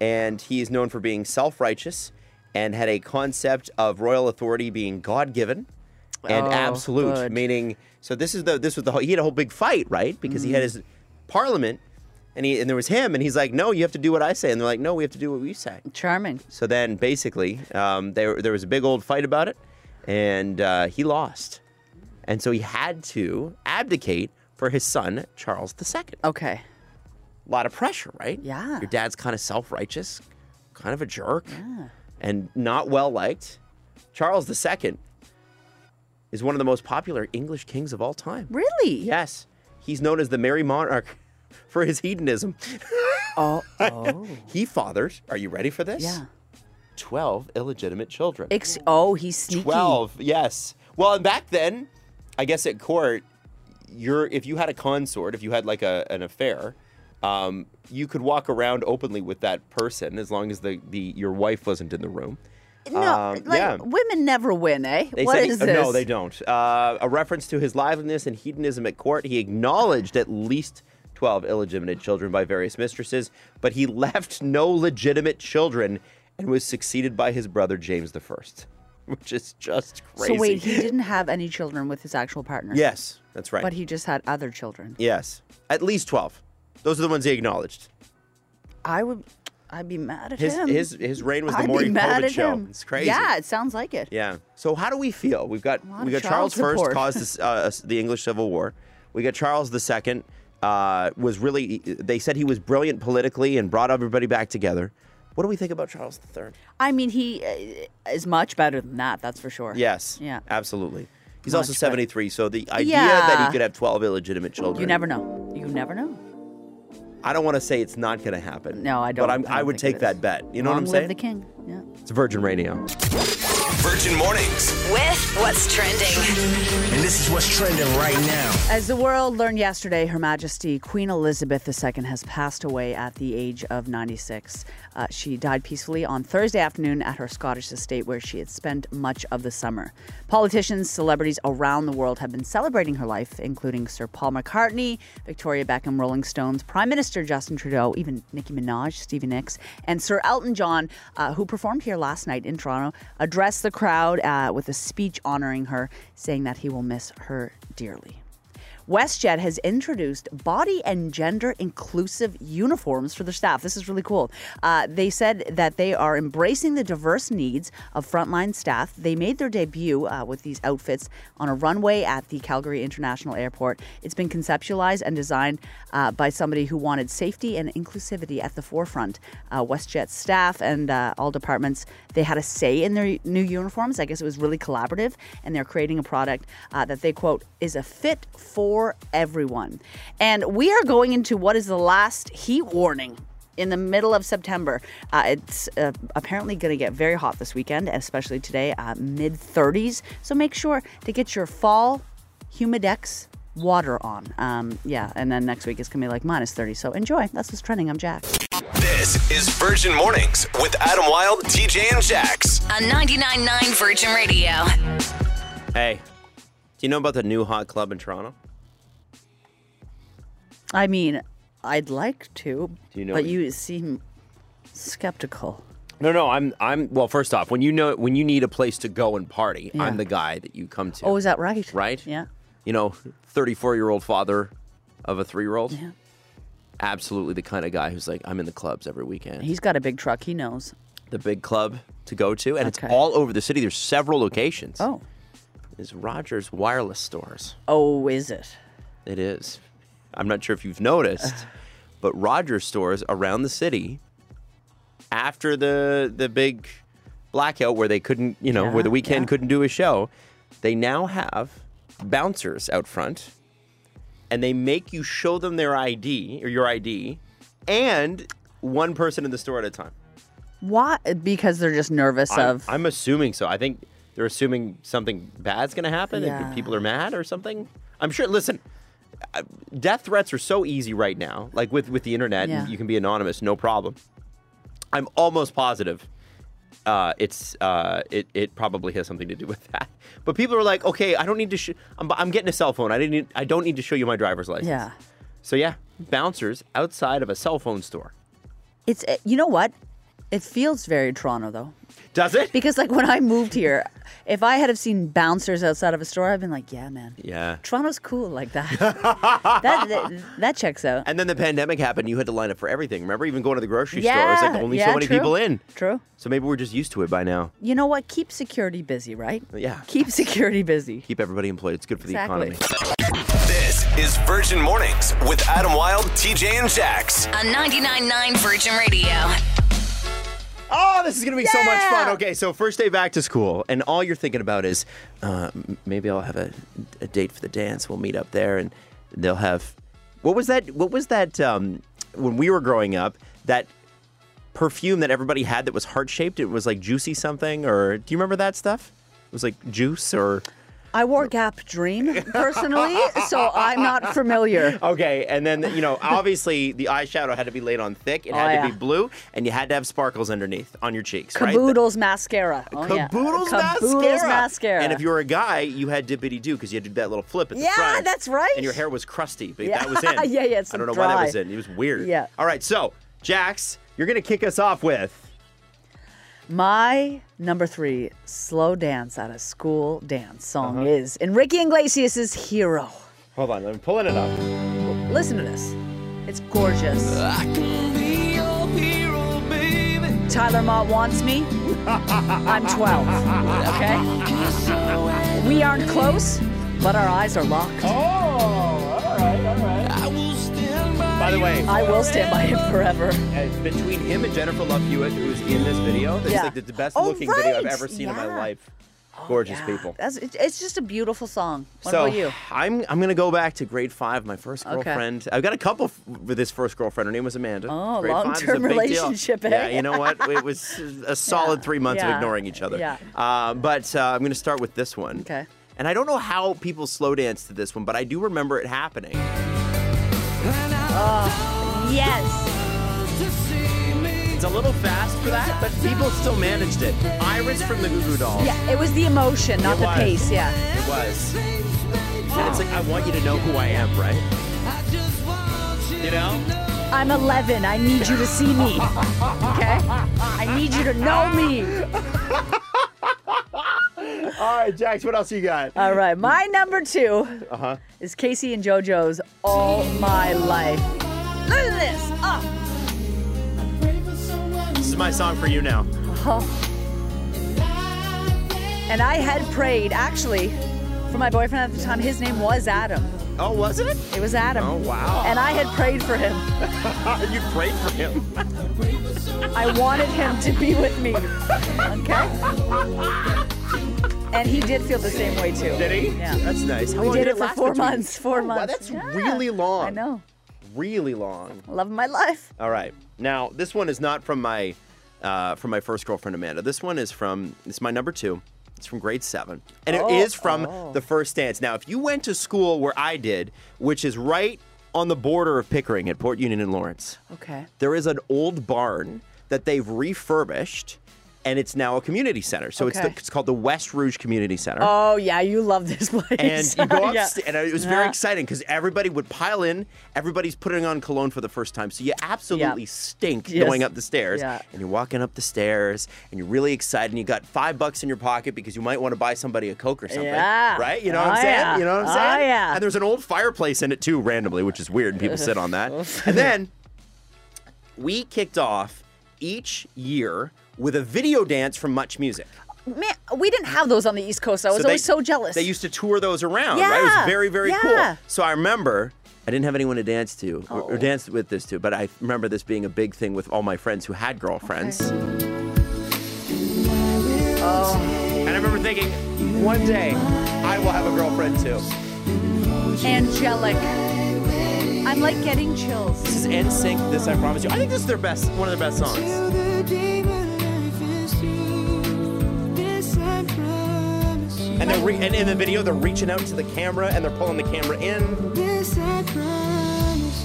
Speaker 3: and he is known for being self-righteous and had a concept of royal authority being God-given and
Speaker 4: Oh,
Speaker 3: absolute,
Speaker 4: good.
Speaker 3: meaning. So this is the this was the whole, he had a whole big fight, right? Because he
Speaker 4: Mm.
Speaker 3: had his parliament, and he and there was him, and he's like, no, you have to do what I say, and they're like, no, we have to do what we say.
Speaker 4: Charming.
Speaker 3: So then, basically, um, there there was a big old fight about it, and uh, he lost, and so he had to abdicate for his son Charles II. A
Speaker 4: Okay.
Speaker 3: lot of pressure, right?
Speaker 4: Yeah.
Speaker 3: Your dad's kind of self righteous, kind of a jerk, and not well liked. Charles II is one of the most popular English kings of all time.
Speaker 4: Really?
Speaker 3: Yes, he's known as the Merry Monarch for his hedonism.
Speaker 4: Oh. oh.
Speaker 3: He fathered. Are you ready for this?
Speaker 4: yeah.
Speaker 3: Twelve illegitimate children.
Speaker 4: Ex- oh, he's sneaky.
Speaker 3: 12 yes well and back then i guess at court you're if you had a consort if you had like a, an affair um, you could walk around openly with that person as long as the, the your wife wasn't in the room
Speaker 4: No,
Speaker 3: Um,
Speaker 4: like
Speaker 3: yeah.
Speaker 4: women never win, eh? What
Speaker 3: They
Speaker 4: is
Speaker 3: said he- uh,
Speaker 4: this?
Speaker 3: no they don't uh, a reference to his liveliness and hedonism at court he acknowledged at least 12 illegitimate children by various mistresses but he left no legitimate children and was succeeded by his brother james the first which is just crazy.
Speaker 4: So wait, he didn't have any children with his actual partner.
Speaker 3: yes, that's right.
Speaker 4: But he just had other children.
Speaker 3: yes, at least twelve. Those are the ones he acknowledged.
Speaker 4: I would I'd be mad at
Speaker 3: His
Speaker 4: him.
Speaker 3: his his reign was the
Speaker 4: I'd
Speaker 3: Maury
Speaker 4: be mad
Speaker 3: Povich
Speaker 4: at
Speaker 3: show.
Speaker 4: him.
Speaker 3: It's crazy.
Speaker 4: Yeah, it sounds like it.
Speaker 3: Yeah. So how do we feel? We've got
Speaker 4: lot
Speaker 3: we got
Speaker 4: of
Speaker 3: Charles,
Speaker 4: child
Speaker 3: first
Speaker 4: support.
Speaker 3: caused this, uh, the English Civil War. We got Charles the second uh, was really. They said he was brilliant politically and brought everybody back together. What do we think about Charles the third?
Speaker 4: I mean, he uh, is much better than that. That's for sure.
Speaker 3: Yes.
Speaker 4: Yeah.
Speaker 3: Absolutely. He's
Speaker 4: Much
Speaker 3: also
Speaker 4: better.
Speaker 3: 73, so the idea that
Speaker 4: Yeah.
Speaker 3: he could have 12 illegitimate children.
Speaker 4: You never know. You never know.
Speaker 3: I don't want to say it's not going to happen.
Speaker 4: No, I don't-
Speaker 3: But I'm,
Speaker 4: I
Speaker 3: I,
Speaker 4: don't
Speaker 3: would take
Speaker 4: think it
Speaker 3: that
Speaker 4: is.
Speaker 3: bet. You know
Speaker 4: Long
Speaker 3: what I'm
Speaker 4: live
Speaker 3: saying?
Speaker 4: the king. Yeah.
Speaker 3: It's Virgin Radio.
Speaker 1: Virgin Mornings.
Speaker 2: With what's trending.
Speaker 6: And this is what's trending right now.
Speaker 4: As the world learned yesterday, Her Majesty Queen Elizabeth II has passed away at the age of 96. Uh, she died peacefully on Thursday afternoon at her Scottish estate where she had spent much of the summer. Politicians, celebrities around the world have been celebrating her life, including Sir Paul McCartney, Victoria Beckham, Rolling Stones, Prime Minister Justin Trudeau, even Nicki Minaj, Stevie Nicks, and Sir Elton John, uh, who performed here last night in Toronto, addressed the crowd uh, with a speech honoring her, saying that he will miss her dearly. WestJet has introduced body and gender inclusive uniforms for their staff. This is really cool. Uh, they said that they are embracing the diverse needs of frontline staff. They made their debut uh, with these outfits on a runway at the Calgary International Airport. It's been conceptualized and designed uh, by somebody who wanted safety and inclusivity at the forefront. Uh, WestJet staff and uh, all departments they had a say in their new uniforms. I guess it was really collaborative, and they're creating a product uh, that they quote is a fit for everyone. And we are going into what is the last heat warning. In the middle of September, uh, it's uh, apparently going to get very hot this weekend, especially today, uh, mid 30s. So make sure to get your fall Humidex water on. Um, yeah, and then next week it's gonna be like minus 30. So enjoy. That's what's trending. I'm Jack.
Speaker 1: This is Virgin Mornings with Adam Wilde, TJ, and Jax.
Speaker 2: On 99.9 Virgin Radio.
Speaker 3: Hey, do you know about the new hot club in Toronto?
Speaker 4: I mean, I'd like to,
Speaker 3: Do you know
Speaker 4: but
Speaker 3: what-
Speaker 4: you seem skeptical.
Speaker 3: No, no, I'm I'm well, first off, when you know when you need a place to go and party, I'm
Speaker 4: Yeah.
Speaker 3: the guy that you come to.
Speaker 4: Oh, is that right?
Speaker 3: right?
Speaker 4: Yeah.
Speaker 3: You know, 34-year-old father of a 3-year-old.
Speaker 4: Yeah.
Speaker 3: Absolutely the kind of guy who's like I'm in the clubs every weekend.
Speaker 4: He's got a big truck. He knows.
Speaker 3: the big club to go to and it's
Speaker 4: Okay.
Speaker 3: all over the city. There's several locations.
Speaker 4: Oh.
Speaker 3: It's Rogers Wireless Stores.
Speaker 4: Oh, is it?
Speaker 3: It is. I'm not sure if you've noticed, but Rogers stores around the city after the the big blackout where they couldn't, you know, where the
Speaker 4: Yeah,
Speaker 3: weekend
Speaker 4: yeah.
Speaker 3: couldn't do a show, they now have bouncers out front and they make you show them their ID or your ID and one person in the store at a time.
Speaker 4: Why? Because they're just nervous
Speaker 3: I'm,
Speaker 4: of.
Speaker 3: I'm assuming so. I think they're assuming something bad's going to happen
Speaker 4: Yeah.
Speaker 3: and people are mad or something. I'm sure. Listen, I- death threats are so easy right now. Like with with the internet,
Speaker 4: Yeah.
Speaker 3: you can be anonymous, no problem. I'm almost positive. Uh, it's uh, it it probably has something to do with that. But people are like, okay, I don't need to. Sh- I'm, I'm getting a cell phone. I didn't. Need, I don't need to show you my driver's license.
Speaker 4: yeah.
Speaker 3: So yeah, bouncers outside of a cell phone store.
Speaker 4: It's. uh, You know what? It feels very Toronto though,
Speaker 3: Does it?
Speaker 4: because like when I moved here, if I had have seen bouncers outside of a store, I've been like, yeah, man.
Speaker 3: yeah.
Speaker 4: Toronto's cool like that. that, that. That checks out.
Speaker 3: And then the pandemic happened. You had to line up for everything. Remember, even going to the grocery store, it's like only so
Speaker 4: yeah,
Speaker 3: many
Speaker 4: true,
Speaker 3: people in.
Speaker 4: True.
Speaker 3: So maybe we're just used to it by now.
Speaker 4: You know what? Keep security busy, right?
Speaker 3: Yeah.
Speaker 4: Keep security busy.
Speaker 3: Keep everybody employed. It's good for
Speaker 4: Exactly.
Speaker 3: the economy.
Speaker 1: This is Virgin Mornings with Adam Wilde, TJ, and Jax.
Speaker 2: On 99.9 Virgin Radio.
Speaker 3: Oh, this is gonna be so much fun.
Speaker 4: Yeah.
Speaker 3: Okay, so first day back to school, and all you're thinking about is uh, m- maybe I'll have a, a date for the dance. We'll meet up there, and they'll have what was that? What was that? Um, when we were growing up, that perfume that everybody had that was heart shaped. It was like juicy something, or do you remember that stuff? It was like juice or.
Speaker 4: I wore Gap Dream personally, so I'm not familiar.
Speaker 3: Okay, and then you know, obviously the eyeshadow had to be laid on thick. It had
Speaker 4: Oh,
Speaker 3: to be
Speaker 4: yeah.
Speaker 3: blue, and you had to have sparkles underneath on your cheeks, right?
Speaker 4: Caboodles mascara. Oh, yeah.
Speaker 3: Caboodles,
Speaker 4: Caboodles mascara.
Speaker 3: And if you were a guy, you had dippity doo because you had to do that little flip at the
Speaker 4: Yeah,
Speaker 3: front.
Speaker 4: that's right.
Speaker 3: And your hair was crusty, but
Speaker 4: Yeah.
Speaker 3: that was in.
Speaker 4: Yeah, yeah, it's
Speaker 3: I don't know why that
Speaker 4: dry.
Speaker 3: was in. It was weird.
Speaker 4: Yeah.
Speaker 3: All right, so Jax, you're gonna kick us off with
Speaker 4: My number three slow dance at a school dance song
Speaker 3: Uh-huh.
Speaker 4: is Enrique Iglesias' Hero.
Speaker 3: Hold on, I'm pulling it up.
Speaker 4: Listen to this. It's gorgeous. Tyler Mott wants me. I'm 12. Okay? We aren't close, but our eyes are locked.
Speaker 3: By the way,
Speaker 4: I will stand by him forever.
Speaker 3: uh, between him and Jennifer Love Hewitt, who's in this video, that's
Speaker 4: Yeah.
Speaker 3: like the, the best
Speaker 4: Oh,
Speaker 3: looking video I've
Speaker 4: right.
Speaker 3: ever seen in my
Speaker 4: Yeah. Oh,
Speaker 3: life. Gorgeous
Speaker 4: Yeah,
Speaker 3: people.
Speaker 4: That's, it- it's just a beautiful song. What
Speaker 3: so
Speaker 4: about you?
Speaker 3: I'm I'm gonna go back to grade five. My first girlfriend. I've got a couple f- with this first girlfriend. Her name was Amanda.
Speaker 4: Oh,
Speaker 3: Grade five is a
Speaker 4: long-term
Speaker 3: big deal.
Speaker 4: relationship, eh?
Speaker 3: Yeah, you know what? It was a solid
Speaker 4: Yeah,
Speaker 3: three months of
Speaker 4: yeah,
Speaker 3: ignoring each other.
Speaker 4: yeah.
Speaker 3: Uh, but uh, I'm gonna start with this one.
Speaker 4: Okay.
Speaker 3: And I don't know how people slow dance to this one, but I do remember it happening.
Speaker 4: Yes.
Speaker 3: It's a little fast for that, but people still managed it. Iris from the Goo Goo Dolls.
Speaker 4: Yeah, it was the emotion, not
Speaker 3: It
Speaker 4: the
Speaker 3: was.
Speaker 4: pace. Yeah.
Speaker 3: It was. And it's like, I want you to know who I am, right? You know?
Speaker 4: I'm 11. I need you to see me. Okay? I need you to know me.
Speaker 3: All right, Jax, what else you got?
Speaker 4: All right, my number 2
Speaker 3: Uh-huh.
Speaker 4: is Casey and JoJo's All My Life. Look at this. Oh,
Speaker 3: This is my song for you now.
Speaker 4: and I had prayed, actually, for my boyfriend at the time. His name was Adam.
Speaker 3: Oh, wasn't it?
Speaker 4: It was Adam.
Speaker 3: Oh, wow.
Speaker 4: And I had prayed for him.
Speaker 3: you prayed for him.
Speaker 4: I wanted him to be with me. Okay? And he did feel the same way too.
Speaker 3: Did he?
Speaker 4: Yeah.
Speaker 3: That's nice. How
Speaker 4: We
Speaker 3: long
Speaker 4: did
Speaker 3: did
Speaker 4: it for
Speaker 3: last
Speaker 4: four
Speaker 3: between you?
Speaker 4: months. Four
Speaker 3: Oh, wow,
Speaker 4: months.
Speaker 3: that's
Speaker 4: Yeah.
Speaker 3: really long.
Speaker 4: I know.
Speaker 3: Really long.
Speaker 4: Love of my life.
Speaker 3: All right. Now, this one is not from my uh, from my first girlfriend Amanda. This one is from it's my number two. It's from grade seven, and it is
Speaker 4: Oh,
Speaker 3: from the first dance. Now, if you went to school where I did, which is right on the border of Pickering at Port Union and Lawrence,
Speaker 4: Okay.
Speaker 3: there is an old barn that they've refurbished, and it's now a community center. So it's the,
Speaker 4: Okay.
Speaker 3: it's called the West Rouge Community Center
Speaker 4: Oh yeah, you love this place.
Speaker 3: and you go up,
Speaker 4: Yeah. Uh-huh.
Speaker 3: and it was very
Speaker 4: Yeah.
Speaker 3: exciting because everybody would pile in. Everybody's putting on cologne for the first time, so you absolutely stink
Speaker 4: Yes.
Speaker 3: going up the stairs.
Speaker 4: Yeah.
Speaker 3: And you're walking up the stairs, and you're really excited, and you got five bucks in your pocket because you might want to buy somebody a coke or something,
Speaker 4: Yeah.
Speaker 3: right? You know what
Speaker 4: Oh,
Speaker 3: I'm saying?
Speaker 4: yeah.
Speaker 3: You know what I'm
Speaker 4: Oh,
Speaker 3: saying?
Speaker 4: yeah.
Speaker 3: And there's an old fireplace in it too, randomly, which is weird, and people sit on that. And then we kicked off each year with a video dance from Much Music.
Speaker 4: Man, we didn't have those on the East Coast. I was always so jealous.
Speaker 3: They used to tour those around, right? It was
Speaker 4: Yeah,
Speaker 3: very, very
Speaker 4: yeah.
Speaker 3: cool. So I remember I didn't have anyone to dance to or, or
Speaker 4: Oh.
Speaker 3: dance with this to, but I remember this being a big thing with all my friends who had girlfriends. Oh. And I remember thinking, one day I will have a girlfriend too.
Speaker 4: angelic. I'm like getting chills.
Speaker 3: This is NSYNC, this I promise you. I think this is their best, one of their best songs. And they're re- and in the video, they're reaching out to the camera and they're pulling the camera in.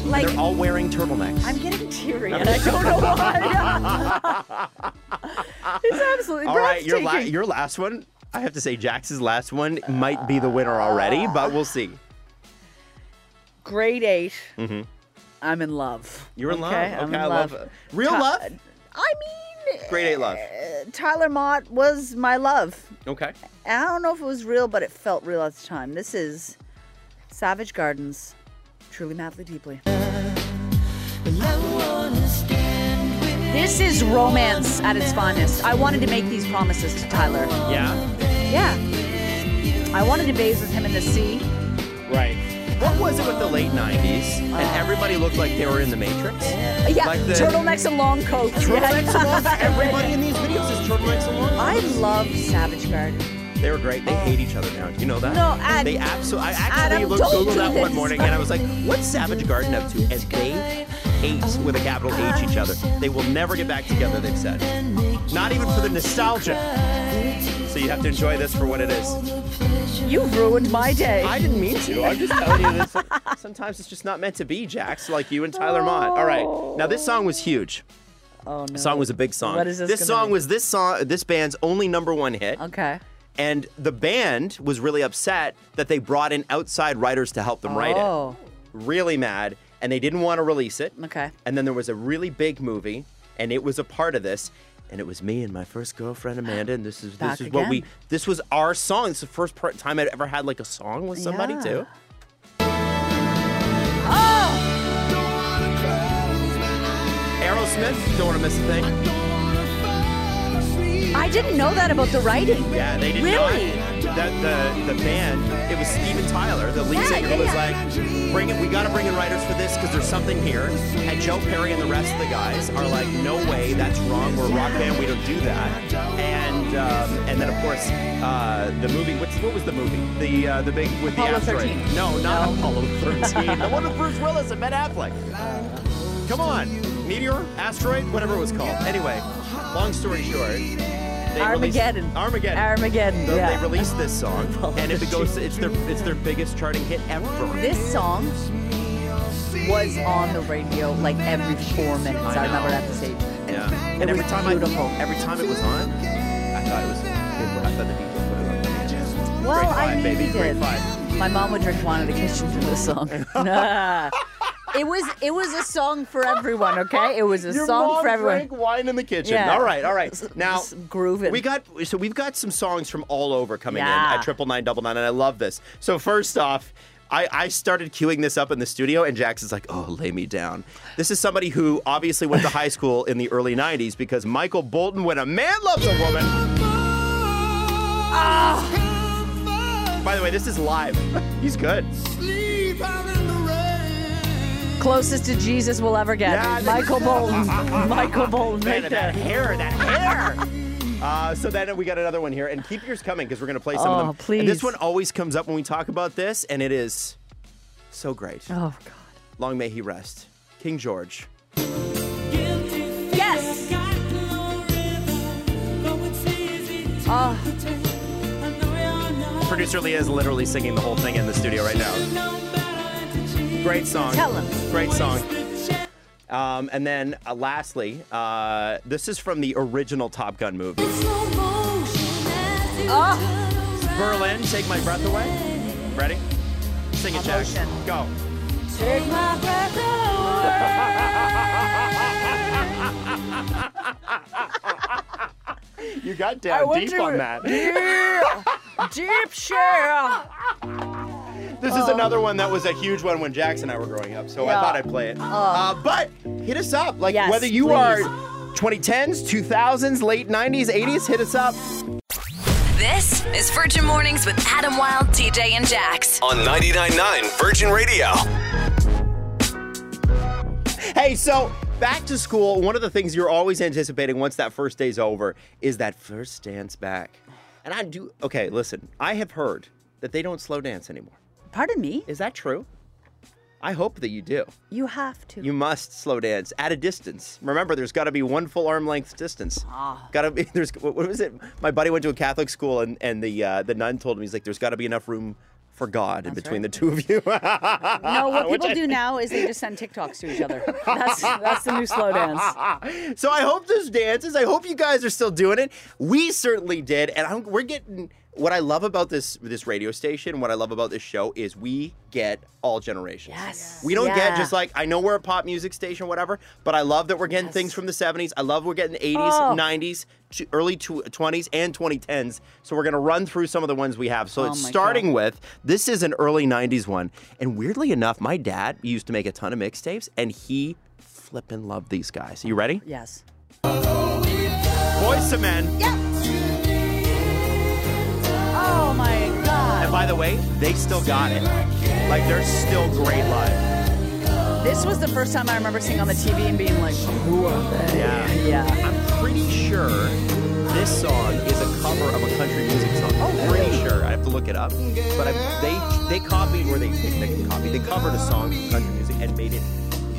Speaker 4: Like
Speaker 3: They're all wearing turtlenecks.
Speaker 4: I'm getting teary, and I don't know why. it's absolutely
Speaker 3: All right,
Speaker 4: breathtaking.
Speaker 3: your, la- your last one. I have to say, Jax's last one might be the winner already, but we'll see.
Speaker 4: Grade 8 Mm-hmm. I'm in love.
Speaker 3: You're in love.
Speaker 4: Okay, I'm in
Speaker 3: I
Speaker 4: love.
Speaker 3: love real
Speaker 4: Ta-
Speaker 3: love.
Speaker 4: I mean,
Speaker 3: Grade eight love.
Speaker 4: Uh, Tyler Mott was my love.
Speaker 3: Okay.
Speaker 4: And I don't know if it was real, but it felt real at the time. This is Savage Gardens, truly, madly, deeply. This is romance at its finest. I wanted to make these promises to Tyler.
Speaker 3: Yeah.
Speaker 4: Yeah. I wanted to bathe with him in the sea.
Speaker 3: Right. What was it with the late '90s and everybody looked like they were in the Matrix?
Speaker 4: Uh, Yeah,
Speaker 3: Like the-
Speaker 4: turtlenecks and long coats.
Speaker 3: Turtlenecks
Speaker 4: yeah.
Speaker 3: alone. Everybody in these videos is turtlenecks alone.
Speaker 4: I love Savage Garden.
Speaker 3: They were great. They hate each other now. You know that?
Speaker 4: No, Ad-
Speaker 3: they absolutely. I actually
Speaker 4: Adam,
Speaker 3: looked
Speaker 4: don't
Speaker 3: Googled
Speaker 4: do
Speaker 3: that one
Speaker 4: this.
Speaker 3: morning, and I was like, "What's Savage Garden up to?" And they hate with a capital H each other. They will never get back together. They've said, not even for the nostalgia. So you have to enjoy this for what it is.
Speaker 4: You ruined my day.
Speaker 3: I didn't mean to. I'm just telling you this. Sometimes it's just not meant to be, Jax. Like you and Tyler Mott. All right. Now this song was huge.
Speaker 4: oh no.
Speaker 3: The song was a big song.
Speaker 4: What is this
Speaker 3: this
Speaker 4: gonna
Speaker 3: song
Speaker 4: be?
Speaker 3: was this song this band's only number one hit.
Speaker 4: okay.
Speaker 3: And the band was really upset that they brought in outside writers to help them write it.
Speaker 4: Oh.
Speaker 3: Really mad. And they didn't want to release it.
Speaker 4: Okay.
Speaker 3: And then there was a really big movie, and it was a part of this. and it was me and my first girlfriend Amanda, and this is this
Speaker 4: Back
Speaker 3: is what we
Speaker 4: again.
Speaker 3: this was our song. It's the first pr- time I'd ever had like a song with somebody
Speaker 4: Yeah.
Speaker 3: too. Aerosmith, don't want to miss a thing.
Speaker 4: I didn't know that about the writing.
Speaker 3: Yeah, they did
Speaker 4: Really?
Speaker 3: not. That the the band, it was Steven Tyler, the lead
Speaker 4: Yeah,
Speaker 3: singer,
Speaker 4: yeah,
Speaker 3: was
Speaker 4: yeah.
Speaker 3: like, "Bring it! We got to bring in writers for this because there's something here." And Joe Perry and the rest of the guys are like, "No way, that's wrong. We're a rock band. We don't do that." And um, and then of course uh, the movie. What's, what was the movie? The uh, the big with the
Speaker 4: Apollo
Speaker 3: asteroid.
Speaker 4: 13.
Speaker 3: No, not Apollo 13. the one with Bruce Willis and Ben Affleck. Come on, meteor, asteroid, whatever it was called. Anyway, long story short, they released-
Speaker 4: Armageddon.
Speaker 3: Armageddon.
Speaker 4: Armageddon,
Speaker 3: So
Speaker 4: yeah.
Speaker 3: They released this song, and it goes. It's their it's their biggest charting hit ever.
Speaker 4: This song was on the radio like every four minutes. I,
Speaker 3: I
Speaker 4: remember it
Speaker 3: know.
Speaker 4: at the stage.
Speaker 3: Yeah. And
Speaker 4: It
Speaker 3: every
Speaker 4: was
Speaker 3: time
Speaker 4: beautiful.
Speaker 3: I every time it was on, I thought it was. I thought the DJ put it on.
Speaker 4: Well,
Speaker 3: Grade
Speaker 4: I
Speaker 3: five,
Speaker 4: needed.
Speaker 3: baby, grade five.
Speaker 4: My mom would drink wine in the kitchen to this song. Nah. It was it was a song for everyone, okay? It was a song for everyone.
Speaker 3: drank wine in the kitchen.
Speaker 4: Yeah.
Speaker 3: All right, all right. Now
Speaker 4: Just grooving.
Speaker 3: We got so we've got some songs from all over coming
Speaker 4: Yeah.
Speaker 3: in at triple nine double nine, and I love this. So first off. I, I started queuing this up in the studio, and Jackson's like, "Oh, lay me down." This is somebody who obviously went to high school in the early '90s because Michael Bolton, "When a Man Loves a Woman." By the way, this is live. He's good.
Speaker 4: Closest to Jesus we'll ever get.
Speaker 3: Yeah, I think-
Speaker 4: Michael Bolton. Michael Bolton right
Speaker 3: Man, that
Speaker 4: there.
Speaker 3: hair, that hair. Uh, so then we got another one here, and keep yours coming because we're gonna play some of
Speaker 4: Oh,
Speaker 3: them. And this
Speaker 4: please.
Speaker 3: one always comes up when we talk about this, and it is so great.
Speaker 4: Oh god.
Speaker 3: Long may he rest, King George.
Speaker 4: Yes! Uh,
Speaker 3: Producer Leah is literally singing the whole thing in the studio right now. Great song.
Speaker 4: Tell him.
Speaker 3: Great song. Um, and then uh, lastly, uh, this is from the original Top Gun movie. Berlin, take my breath away. Ready? Sing it, Jack.
Speaker 4: Emotion.
Speaker 3: Go. You got down
Speaker 4: went
Speaker 3: deep
Speaker 4: to-
Speaker 3: on that.
Speaker 4: Deep share.
Speaker 3: This is another one that was a huge one when Jax and I were growing up, so I
Speaker 4: Oh. Yeah.
Speaker 3: thought I'd play it. Uh, but hit us up. Like,
Speaker 4: Yes,
Speaker 3: whether you
Speaker 4: please.
Speaker 3: are 2010s, 2000s, late 90s, 80s, hit us up.
Speaker 2: This is Virgin Mornings with Adam Wilde, TJ, and Jax.
Speaker 1: On 99.9 Virgin Radio.
Speaker 3: Hey, so back to school, one of the things you're always anticipating once that first day's over is that first dance back. And I do, okay, listen, I have heard that they don't slow dance anymore.
Speaker 4: Pardon me?
Speaker 3: Is that true? I hope that you do.
Speaker 4: You have to.
Speaker 3: You must slow dance at a distance. Remember, there's got to be one full arm length distance.
Speaker 4: Ah.
Speaker 3: Got to be there's what what was it? My buddy went to a Catholic school, and and the uh, the nun told him he's like, there's got to be enough room for God in between
Speaker 4: right.
Speaker 3: the two of you.
Speaker 4: no, what people do now is they just send TikToks to each other. That's that's the new slow dance.
Speaker 3: so I hope there's dances. I hope you guys are still doing it. We certainly did, and I'm, we're getting. What I love about this this radio station, what I love about this show, is we get all generations.
Speaker 4: Yes.
Speaker 3: We don't get
Speaker 4: Yeah.
Speaker 3: just like I know we're a pop music station, whatever, but I love that we're getting things from the 70s. I love we're getting 80s,
Speaker 4: Oh.
Speaker 3: 90s, to early tw- 20s, and 2010s. So we're gonna run through some of the ones we have. So it's
Speaker 4: Oh my
Speaker 3: starting with this is an early 90s one, and weirdly enough, my dad used to make a ton of mixtapes, and he flippin' loved these guys. You ready?
Speaker 4: Yes.
Speaker 3: Boys to Men.
Speaker 4: Oh my god.
Speaker 3: And by the way, they still got it. Like they're still great live.
Speaker 4: This was the first time I remember seeing on the TV and being like, who are they?
Speaker 3: Yeah.
Speaker 4: Yeah.
Speaker 3: I'm pretty sure this song is a cover of a country music song. Oh, pretty sure. I have to look it up. But I, they they copied where they think they can copy. They covered a song from country music and made it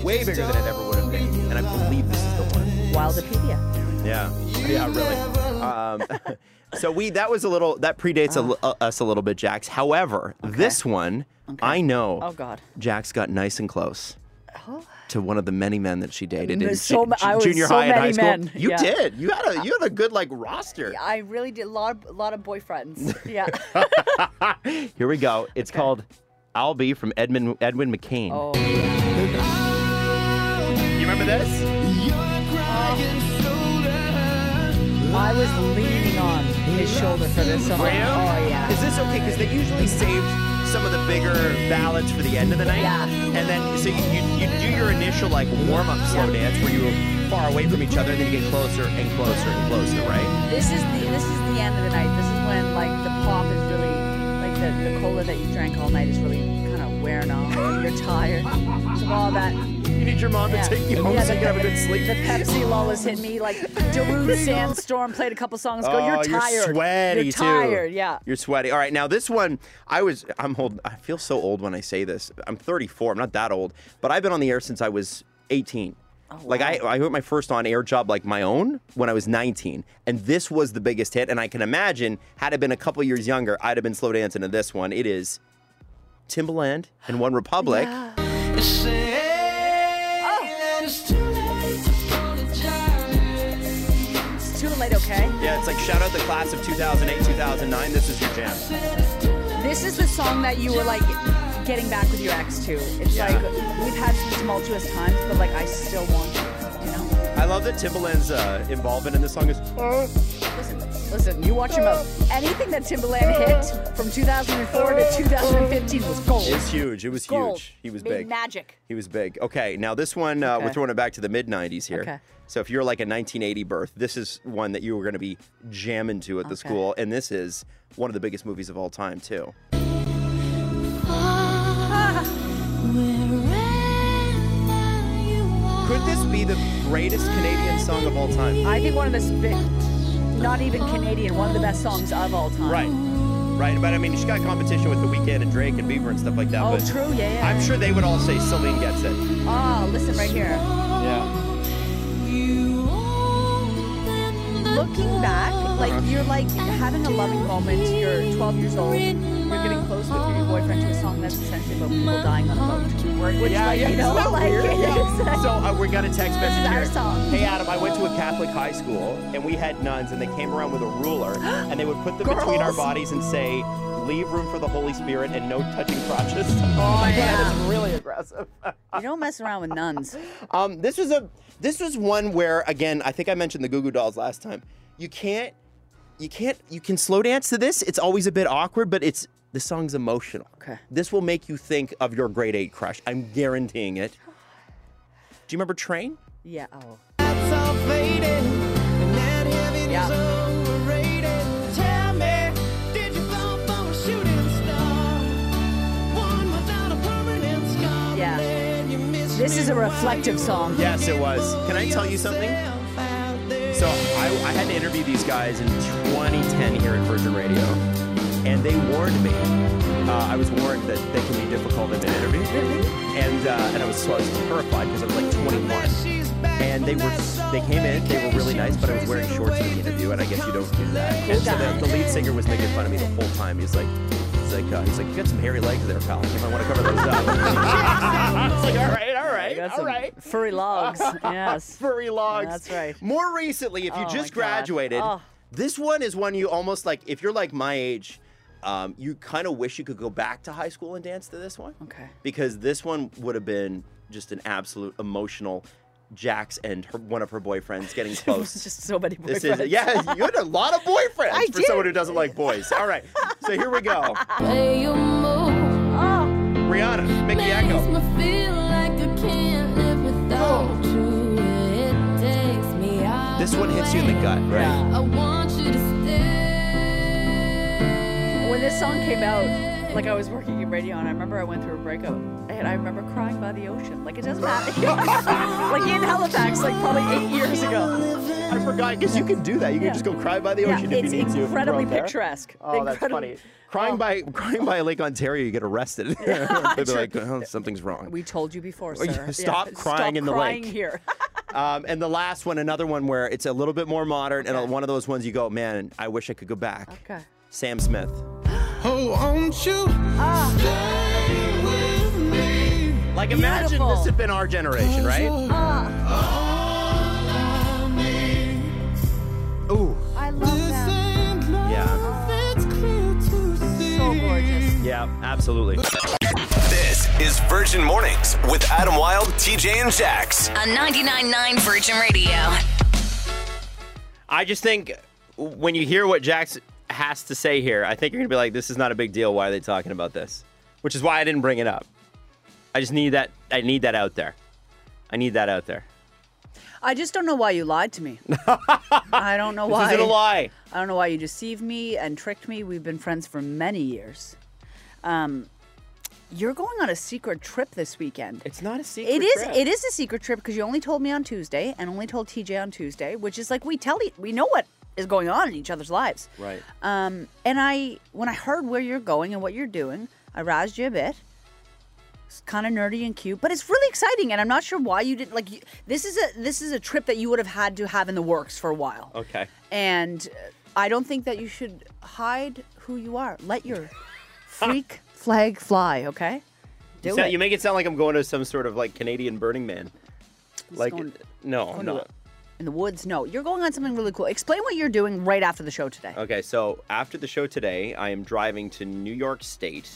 Speaker 3: way bigger than it ever would have been. And I believe this is the one.
Speaker 4: Wildopedia.
Speaker 3: Yeah. Yeah, really. Um, so we that was a little that predates a
Speaker 4: Uh-huh.
Speaker 3: li- uh, us a little bit, Jax. However, this one I know.
Speaker 4: Oh, God. Oh.
Speaker 3: Jax got nice and close to one of the many men that she dated in
Speaker 4: There's so
Speaker 3: ju-
Speaker 4: ma- I was
Speaker 3: junior
Speaker 4: so
Speaker 3: high and high
Speaker 4: many
Speaker 3: school.
Speaker 4: men,
Speaker 3: You
Speaker 4: yeah.
Speaker 3: did. You had a you had a good like roster.
Speaker 4: I really did a lot of, lot of boyfriends. Yeah.
Speaker 3: Here we go. It's called "I'll Be" from Edmund Edwin McCain.
Speaker 4: Oh.
Speaker 3: You remember this?
Speaker 7: I was leaning on his shoulder for this song.
Speaker 3: Were you?
Speaker 7: Oh yeah.
Speaker 3: Is this okay? Because they usually saved some of the bigger ballads for the end of the night.
Speaker 7: Yeah.
Speaker 3: And then so you, you, you do your initial like warm up slow dance where you're far away from each other, and then you get closer and closer and closer, right?
Speaker 7: This is the this is the end of the night. This is when like the pop is really like the, the cola that you drank all night is really kind of wearing off. and You're tired. So all that.
Speaker 3: You need your mom to take you home so you can have a good sleep.
Speaker 7: The Pepsi Lola's hit me like Darude Sandstorm played a couple songs ago. you're tired.
Speaker 3: Oh, You're sweaty
Speaker 7: You're
Speaker 3: too.
Speaker 7: tired. Yeah.
Speaker 3: You're sweaty. All right. Now this one, I was. I'm old. I feel so old when I say this. I'm 34. I'm not that old, but I've been on the air since I was 18.
Speaker 7: Oh,
Speaker 3: Like I, I went my first on-air job, like my own, when I was 19, and this was the biggest hit. And I can imagine, had I been a couple years younger, I'd have been slow dancing to this one. It is Timbaland and One Republic.
Speaker 7: It's too late. Okay.
Speaker 3: Yeah, it's like shout out the class of 2008, 2009. This is your jam.
Speaker 7: This is the song that you were like getting back with your ex to. It's
Speaker 3: Yeah.
Speaker 7: like we've had some tumultuous times, but like I still want you. You know.
Speaker 3: I love that Timbaland's uh, involvement in this song is.
Speaker 7: Listen, listen. You watch your mouth. Anything that Timbaland hit from 2004 to 2015 was gold.
Speaker 3: It's huge. It was
Speaker 7: Gold.
Speaker 3: huge. He was
Speaker 7: Made
Speaker 3: big.
Speaker 7: Magic.
Speaker 3: He was big. Okay, now this one uh, we're
Speaker 7: Okay.
Speaker 3: throwing it back to the mid '90s here.
Speaker 7: Okay.
Speaker 3: So if you're like a 1980 birth, this is one that you were going to be jamming to at the school, and this is one of the biggest movies of all time too. Could this be the greatest Canadian song of all time?
Speaker 7: I think one of the sp- not even Canadian, one of the best songs of all time.
Speaker 3: Right, right. But I mean, she's got competition with The Weeknd and Drake and Bieber and stuff like that.
Speaker 7: Oh,
Speaker 3: but
Speaker 7: true. Yeah, yeah.
Speaker 3: I'm sure they would all say Celine gets it.
Speaker 7: Oh, listen right here.
Speaker 3: Yeah.
Speaker 7: Looking back, like you're like having a loving moment. You're 12 years old. You're getting close with your boyfriend to a song that's essentially about people dying on a boat. Which,
Speaker 3: Yeah,
Speaker 7: like,
Speaker 3: yeah,
Speaker 7: you know,
Speaker 3: it's not
Speaker 7: like,
Speaker 3: weird.
Speaker 7: it's like-
Speaker 3: So uh, we got a text message
Speaker 7: our
Speaker 3: here.
Speaker 7: song.
Speaker 3: Hey Adam, I went to a Catholic high school and we had nuns and they came around with a ruler and they would put them between our
Speaker 7: Girls.
Speaker 3: bodies and say, "Leave room for the Holy Spirit and no touching crotches."
Speaker 7: oh, yeah.
Speaker 3: That's really aggressive.
Speaker 4: You don't mess around with nuns.
Speaker 3: Um, this was a this was one where again I think I mentioned the Goo Goo Dolls last time. You can't you can't you can slow dance to this. It's always a bit awkward, but it's the song's emotional.
Speaker 4: Okay.
Speaker 3: This will make you think of your grade eight crush. I'm guaranteeing it. Do you remember Train?
Speaker 4: Yeah. Oh.
Speaker 7: Yeah. This is a reflective song.
Speaker 3: Yes, it was. Can I tell you something? So I, I had to interview these guys in 2010 here at Virgin Radio, and they warned me. Uh, I was warned that they can be difficult in an interview, and uh, and I was so I was terrified because I was like 21. And they were they came in, they were really nice, but I was wearing shorts for the interview, and I guess you don't do that. And so the, the lead singer was making fun of me the whole time. He's like. He's like, uh, he's like, you got some hairy legs there, pal. You might want to cover those up. It's like, all right, all right, all right
Speaker 4: Furry logs. yes.
Speaker 3: furry logs.
Speaker 4: That's right.
Speaker 3: More recently, if you
Speaker 4: Oh,
Speaker 3: just
Speaker 4: my God.
Speaker 3: graduated,
Speaker 4: Oh.
Speaker 3: this one is one you almost like. If you're like my age, um, you kind of wish you could go back to high school and dance to this one.
Speaker 4: Okay.
Speaker 3: Because this one would have been just an absolute emotional. Jax and her, one of her boyfriends getting close.
Speaker 4: Just so many
Speaker 3: this
Speaker 4: boyfriends.
Speaker 3: is yeah. You had a lot of boyfriends
Speaker 5: I
Speaker 3: for
Speaker 5: did.
Speaker 3: someone who doesn't like boys. All right, so here we go. Rihanna, Mickey Echo. Oh. This one hits you in the gut, right?
Speaker 8: I want you to stay.
Speaker 4: When this song came out, like I was working in radio, and I remember I went through a breakup, and I remember crying by the ocean. Like it doesn't matter. like in Halifax, like probably eight years ago.
Speaker 3: I forgot because you can do that. You can
Speaker 4: Yeah.
Speaker 3: just go cry by the
Speaker 4: Yeah,
Speaker 3: ocean if you
Speaker 4: it's
Speaker 3: need to. if you're
Speaker 4: incredibly
Speaker 3: out there.
Speaker 4: picturesque.
Speaker 3: Oh, that's
Speaker 4: Incredibly-
Speaker 3: funny. Crying
Speaker 4: Oh.
Speaker 3: by crying by Lake Ontario, you get arrested. They'd be like, oh, something's wrong.
Speaker 4: We told you before,
Speaker 3: Oh, yeah,
Speaker 4: sir.
Speaker 3: stop crying
Speaker 4: Stop
Speaker 3: in the
Speaker 4: crying
Speaker 3: lake.
Speaker 4: here.
Speaker 3: Um, and the last one, another one where it's a little bit more modern, and a- one of those ones you go, man, I wish I could go back.
Speaker 4: Okay.
Speaker 3: Sam Smith.
Speaker 6: Oh, won't you stay with me?
Speaker 3: Like, imagine this
Speaker 4: Beautiful.
Speaker 3: had been our generation, right?
Speaker 6: All I need.
Speaker 3: Ooh,
Speaker 7: I love
Speaker 6: This
Speaker 7: that.
Speaker 6: ain't love,
Speaker 3: Yeah.
Speaker 6: it's clear to see.
Speaker 7: So gorgeous.
Speaker 3: yeah, absolutely.
Speaker 1: This is Virgin Mornings with Adam Wilde, TJ, and Jax.
Speaker 2: On 99.9 Virgin Radio.
Speaker 3: I just think when you hear what Jax has to say here, I think you're gonna be like, "This is not a big deal. Why are they talking about this?" Which is why I didn't bring it up. I just need that. I need that out there. I need that out there.
Speaker 4: I just don't know why you lied to me. I don't know why.
Speaker 3: This isn't a lie.
Speaker 4: I don't know why you deceived me and tricked me. We've been friends for many years. Um, you're going on a secret trip this weekend.
Speaker 3: It's not a secret.
Speaker 4: It is.
Speaker 3: trip.
Speaker 4: It is a secret trip because you only told me on Tuesday and only told TJ on Tuesday, which is like we tell e- we know what is going on in each other's lives.
Speaker 3: Right.
Speaker 4: Um, and I, when I heard where you're going and what you're doing, I roused you a bit. It's kind of nerdy and cute, but it's really exciting, and I'm not sure why you didn't like. You, this is a this is a trip that you would have had to have in the works for a while.
Speaker 3: Okay.
Speaker 4: And uh, I don't think that you should hide who you are. Let your freak flag fly, okay? Do
Speaker 3: You,
Speaker 4: it.
Speaker 3: sound- you make it sound like I'm going to some sort of like Canadian Burning Man. Like,
Speaker 4: going-
Speaker 3: no, I'm
Speaker 4: going to
Speaker 3: not.
Speaker 4: in the woods. No, you're going on something really cool. Explain what you're doing right after the show today.
Speaker 3: Okay, so after the show today, I am driving to New York State,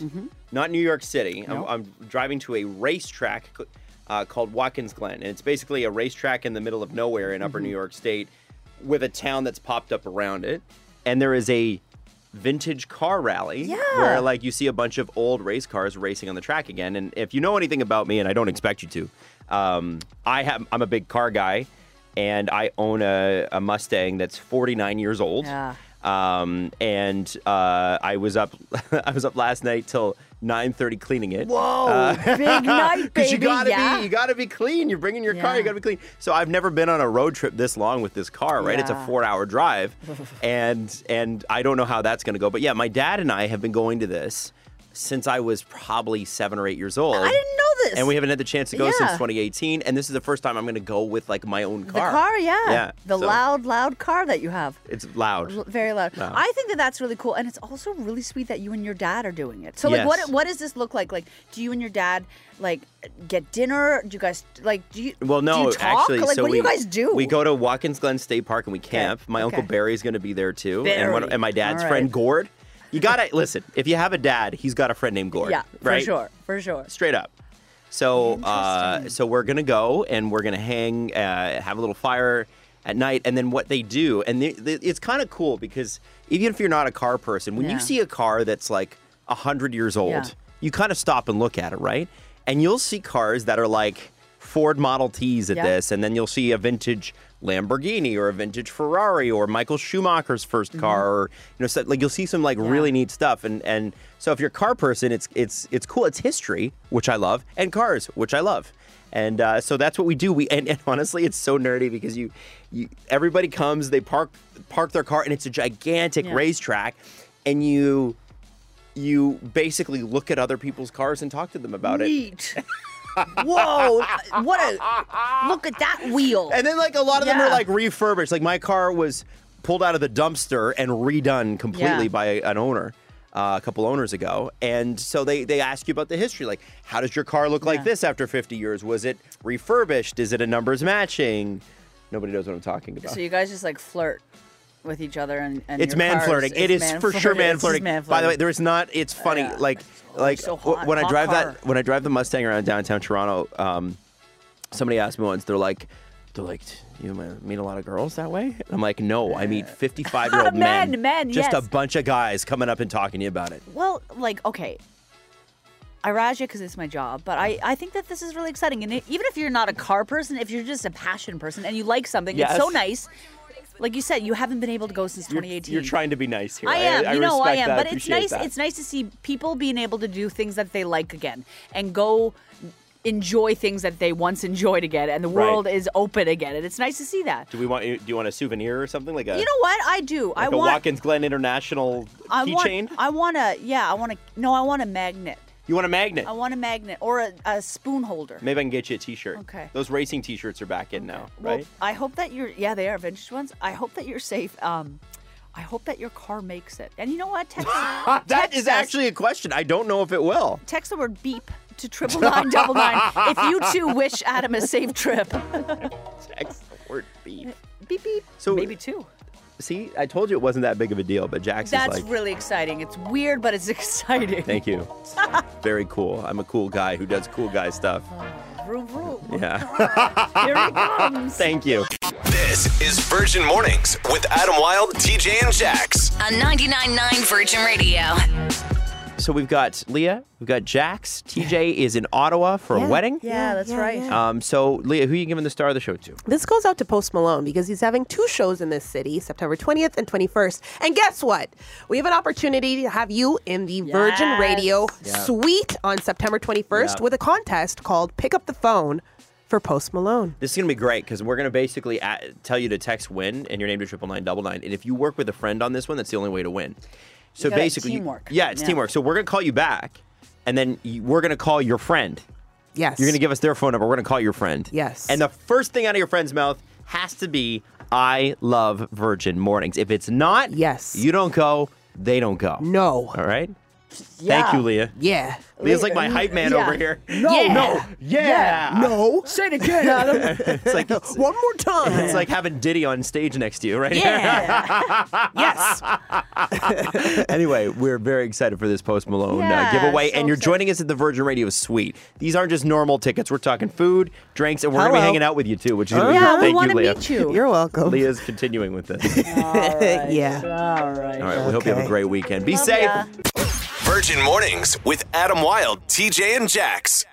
Speaker 3: not New York City.
Speaker 4: Mm-hmm. No.
Speaker 3: I'm, I'm driving to a racetrack c- uh, called Watkins Glen, and it's basically a racetrack in the middle of nowhere in Upper
Speaker 4: Mm-hmm.
Speaker 3: New York State, with a town that's popped up around it, and there is a vintage car rally
Speaker 4: Yeah.
Speaker 3: where like you see a bunch of old race cars racing on the track again and if you know anything about me and i don't expect you to um, i have i'm a big car guy and i own a, a mustang that's 49 years old
Speaker 4: Yeah.
Speaker 3: um, and uh, i was up i was up last night till 9.30 cleaning it
Speaker 4: Whoa, big night, baby.
Speaker 3: because you gotta
Speaker 4: yeah.
Speaker 3: be, you gotta be clean. You're bringing your car,
Speaker 4: Yeah.
Speaker 3: you gotta be clean. So I've never been on a road trip this long with this car, right? It's a
Speaker 4: Yeah.
Speaker 3: four-hour drive, and and I don't know how that's gonna go. But yeah, my dad and I have been going to this since I was probably seven or eight years old.
Speaker 4: I didn't know this.
Speaker 3: And we haven't had the chance to go
Speaker 4: Yeah.
Speaker 3: since 2018, and this is the first time I'm gonna go with like my own
Speaker 4: the
Speaker 3: car.
Speaker 4: car, yeah.
Speaker 3: Yeah.
Speaker 4: The
Speaker 3: so
Speaker 4: loud, loud car that you have.
Speaker 3: It's loud.
Speaker 4: L- Very loud. I think that that's really cool, and it's also really sweet that you and your dad are doing it. So, like,
Speaker 3: Yes.
Speaker 4: what what does this look like? Like, do you and your dad like get dinner? Do you guys like do you?
Speaker 3: Well, no,
Speaker 4: do you talk?
Speaker 3: actually,
Speaker 4: like,
Speaker 3: so
Speaker 4: what
Speaker 3: we,
Speaker 4: do you guys do?
Speaker 3: We go to Watkins Glen State Park and we camp. My uncle
Speaker 4: okay.
Speaker 3: Barry's going to be there too, and, one-
Speaker 4: Barry,
Speaker 3: and my dad's
Speaker 4: all
Speaker 3: friend
Speaker 4: right.
Speaker 3: Gord. You gotta listen. If you have a dad, he's got a friend named Gord.
Speaker 4: Yeah,
Speaker 3: right?
Speaker 4: for sure, for sure.
Speaker 3: Straight up. So, uh, so we're gonna go and we're gonna hang, uh, have a little fire at night, and then what they do, and they, they, it's kind of cool because even if you're not a car person, when
Speaker 4: Yeah.
Speaker 3: you see a car that's like hundred years old,
Speaker 4: Yeah.
Speaker 3: you kind of stop and look at it, right? And you'll see cars that are like Ford Model Ts at
Speaker 4: Yeah.
Speaker 3: this, and then you'll see a vintage Lamborghini or a vintage Ferrari or Michael Schumacher's
Speaker 4: Mm-hmm.
Speaker 3: first car, or you know, so, like you'll see some like really neat stuff. And and so if you're a car person, it's it's it's cool. It's history, which I love, and cars, which I love. And uh, so that's what we do. We and, and honestly, it's so nerdy because you, you everybody comes, they park park their car, and it's a gigantic
Speaker 4: Yeah.
Speaker 3: racetrack, and you you basically look at other people's cars and talk to them about it.
Speaker 4: Neat. Whoa! What a look at that wheel.
Speaker 3: And then like a lot of them
Speaker 4: Yeah.
Speaker 3: are like refurbished. Like my car was pulled out of the dumpster and redone completely
Speaker 4: Yeah.
Speaker 3: by an owner. Uh, a couple owners ago, and so they they ask you about the history, like how does your car look like
Speaker 4: Yeah.
Speaker 3: this after 50 years? Was it refurbished? Is it a numbers matching? Nobody knows what I'm talking about.
Speaker 4: So you guys just like flirt with each other and, and
Speaker 3: it's
Speaker 4: your
Speaker 3: man
Speaker 4: cars-
Speaker 3: flirting. It
Speaker 4: it's
Speaker 3: is for sure man
Speaker 4: It's just
Speaker 3: flirting.
Speaker 4: man
Speaker 3: By the way,
Speaker 4: flirting.
Speaker 3: there is not. It's funny.
Speaker 4: Yeah.
Speaker 3: Like
Speaker 4: Oh,
Speaker 3: like
Speaker 4: so
Speaker 3: wh-
Speaker 4: hot.
Speaker 3: when I
Speaker 4: Hot
Speaker 3: drive
Speaker 4: car.
Speaker 3: that when I drive the Mustang around downtown Toronto, um, somebody asked me once. They're like. They're like, "Do you ma- meet a lot of girls that way? And I'm like, no, I meet 55 year old men,
Speaker 4: Men, men,
Speaker 3: just
Speaker 4: yes.
Speaker 3: a bunch of guys coming up and talking to you about it.
Speaker 4: Well, like, okay. I raj you because it's my job, but I, I think that this is really exciting. And even if you're not a car person, if you're just a passion person and you like something,
Speaker 3: Yes.
Speaker 4: it's so nice. Like you said, you haven't been able to go since
Speaker 3: You're,
Speaker 4: 2018.
Speaker 3: you're trying to be nice here.
Speaker 4: I am. you know, I
Speaker 3: respect
Speaker 4: am.
Speaker 3: that,
Speaker 4: but it's
Speaker 3: appreciate
Speaker 4: nice.
Speaker 3: that.
Speaker 4: It's nice to see people being able to do things that they like again and go enjoy things that they once enjoyed again. And the
Speaker 3: Right.
Speaker 4: world is open again, and it's nice to see that.
Speaker 3: Do we want? you- Do you want a souvenir or something like a?
Speaker 4: You know what? I do. I
Speaker 3: like a
Speaker 4: want.
Speaker 3: Watkins Glen International
Speaker 4: I want.
Speaker 3: keychain.
Speaker 4: I want a. Yeah. I want a. No. I want a magnet.
Speaker 3: You want a magnet?
Speaker 4: I want a magnet or a, a spoon holder.
Speaker 3: Maybe I can get you a T-shirt.
Speaker 4: Okay.
Speaker 3: Those racing T-shirts are back in now,
Speaker 4: Well,
Speaker 3: right?
Speaker 4: I hope that you're. Yeah, they are vintage ones. I hope that you're safe. Um, I hope that your car makes it. And you know what? Text,
Speaker 3: That
Speaker 4: text
Speaker 3: is
Speaker 4: us-
Speaker 3: actually a question. I don't know if it will.
Speaker 4: text the word beep to triple nine double nine if you too wish Adam a safe trip.
Speaker 3: Text the word beef.
Speaker 4: Beep beep.
Speaker 3: So-
Speaker 4: maybe two.
Speaker 3: See, I told you it wasn't that big of a deal, but Jax
Speaker 4: That's
Speaker 3: is like,
Speaker 4: really exciting. It's weird, but it's exciting.
Speaker 3: thank you. Very cool. I'm a cool guy who does
Speaker 4: Oh,
Speaker 3: cool guy stuff.
Speaker 4: Vroom, vroom.
Speaker 3: Yeah.
Speaker 4: Here it comes.
Speaker 3: thank you.
Speaker 1: This is Virgin Mornings with Adam Wilde, TJ, and Jax.
Speaker 2: On 99.9 Virgin Radio.
Speaker 3: So we've got Leah, we've got Jax. TJ is in Ottawa for a wedding.
Speaker 4: Yeah, that's right.
Speaker 3: Um, so Leah, who are you giving the star of the show to?
Speaker 5: This goes out to Post Malone because he's having two shows in this city, September 20th and 21st. And guess what? We have an opportunity to have you in the Virgin
Speaker 4: Yes.
Speaker 5: Radio suite on September 21st
Speaker 3: Yeah.
Speaker 5: with a contest called Pick Up the Phone for Post Malone.
Speaker 3: This is gonna be great because we're gonna basically a tell you to text win and your name to triple nine double nine. And if you work with a friend on this one, that's the only way to win. So
Speaker 4: gotta-
Speaker 3: basically, you-
Speaker 4: teamwork.
Speaker 3: yeah, it's
Speaker 4: Yeah.
Speaker 3: teamwork. So we're gonna call you back, and then you, we're gonna call your friend.
Speaker 5: Yes.
Speaker 3: You're gonna give us their phone number. We're gonna call your friend.
Speaker 5: Yes.
Speaker 3: And the first thing out of your friend's mouth has to be "I love Virgin Mornings." If it's not,
Speaker 5: Yes.
Speaker 3: you don't go. They don't go.
Speaker 5: No.
Speaker 3: All right.
Speaker 4: Yeah.
Speaker 3: Thank you, Leah.
Speaker 5: Yeah.
Speaker 3: Leah's like my hype man
Speaker 4: Yeah.
Speaker 3: over here.
Speaker 5: Yeah.
Speaker 3: No. Yeah.
Speaker 5: No.
Speaker 4: Say it again, Adam.
Speaker 3: It's like it's,
Speaker 5: One more time.
Speaker 3: it's like having Diddy on stage next to you, right?
Speaker 5: yeah. yes.
Speaker 3: anyway, we're very excited for this Post Malone uh,
Speaker 4: Yeah,
Speaker 3: giveaway,
Speaker 4: so
Speaker 3: and you're
Speaker 4: excited.
Speaker 3: joining us at the Virgin Radio Suite. These aren't just normal tickets. We're talking food, drinks, and we're gonna be
Speaker 5: Hello.
Speaker 3: hanging out with you too, which is gonna be
Speaker 4: Oh, yeah,
Speaker 3: great.
Speaker 4: we
Speaker 3: thank
Speaker 4: want
Speaker 3: you,
Speaker 4: to
Speaker 3: Leah.
Speaker 4: meet you.
Speaker 5: You're welcome.
Speaker 3: Leah's continuing with this.
Speaker 5: yeah.
Speaker 4: All right.
Speaker 3: All right, we hope you have a
Speaker 5: Okay.
Speaker 3: great weekend. Be safe.
Speaker 1: Virgin Mornings with Adam Wilde, TJ, and Jax.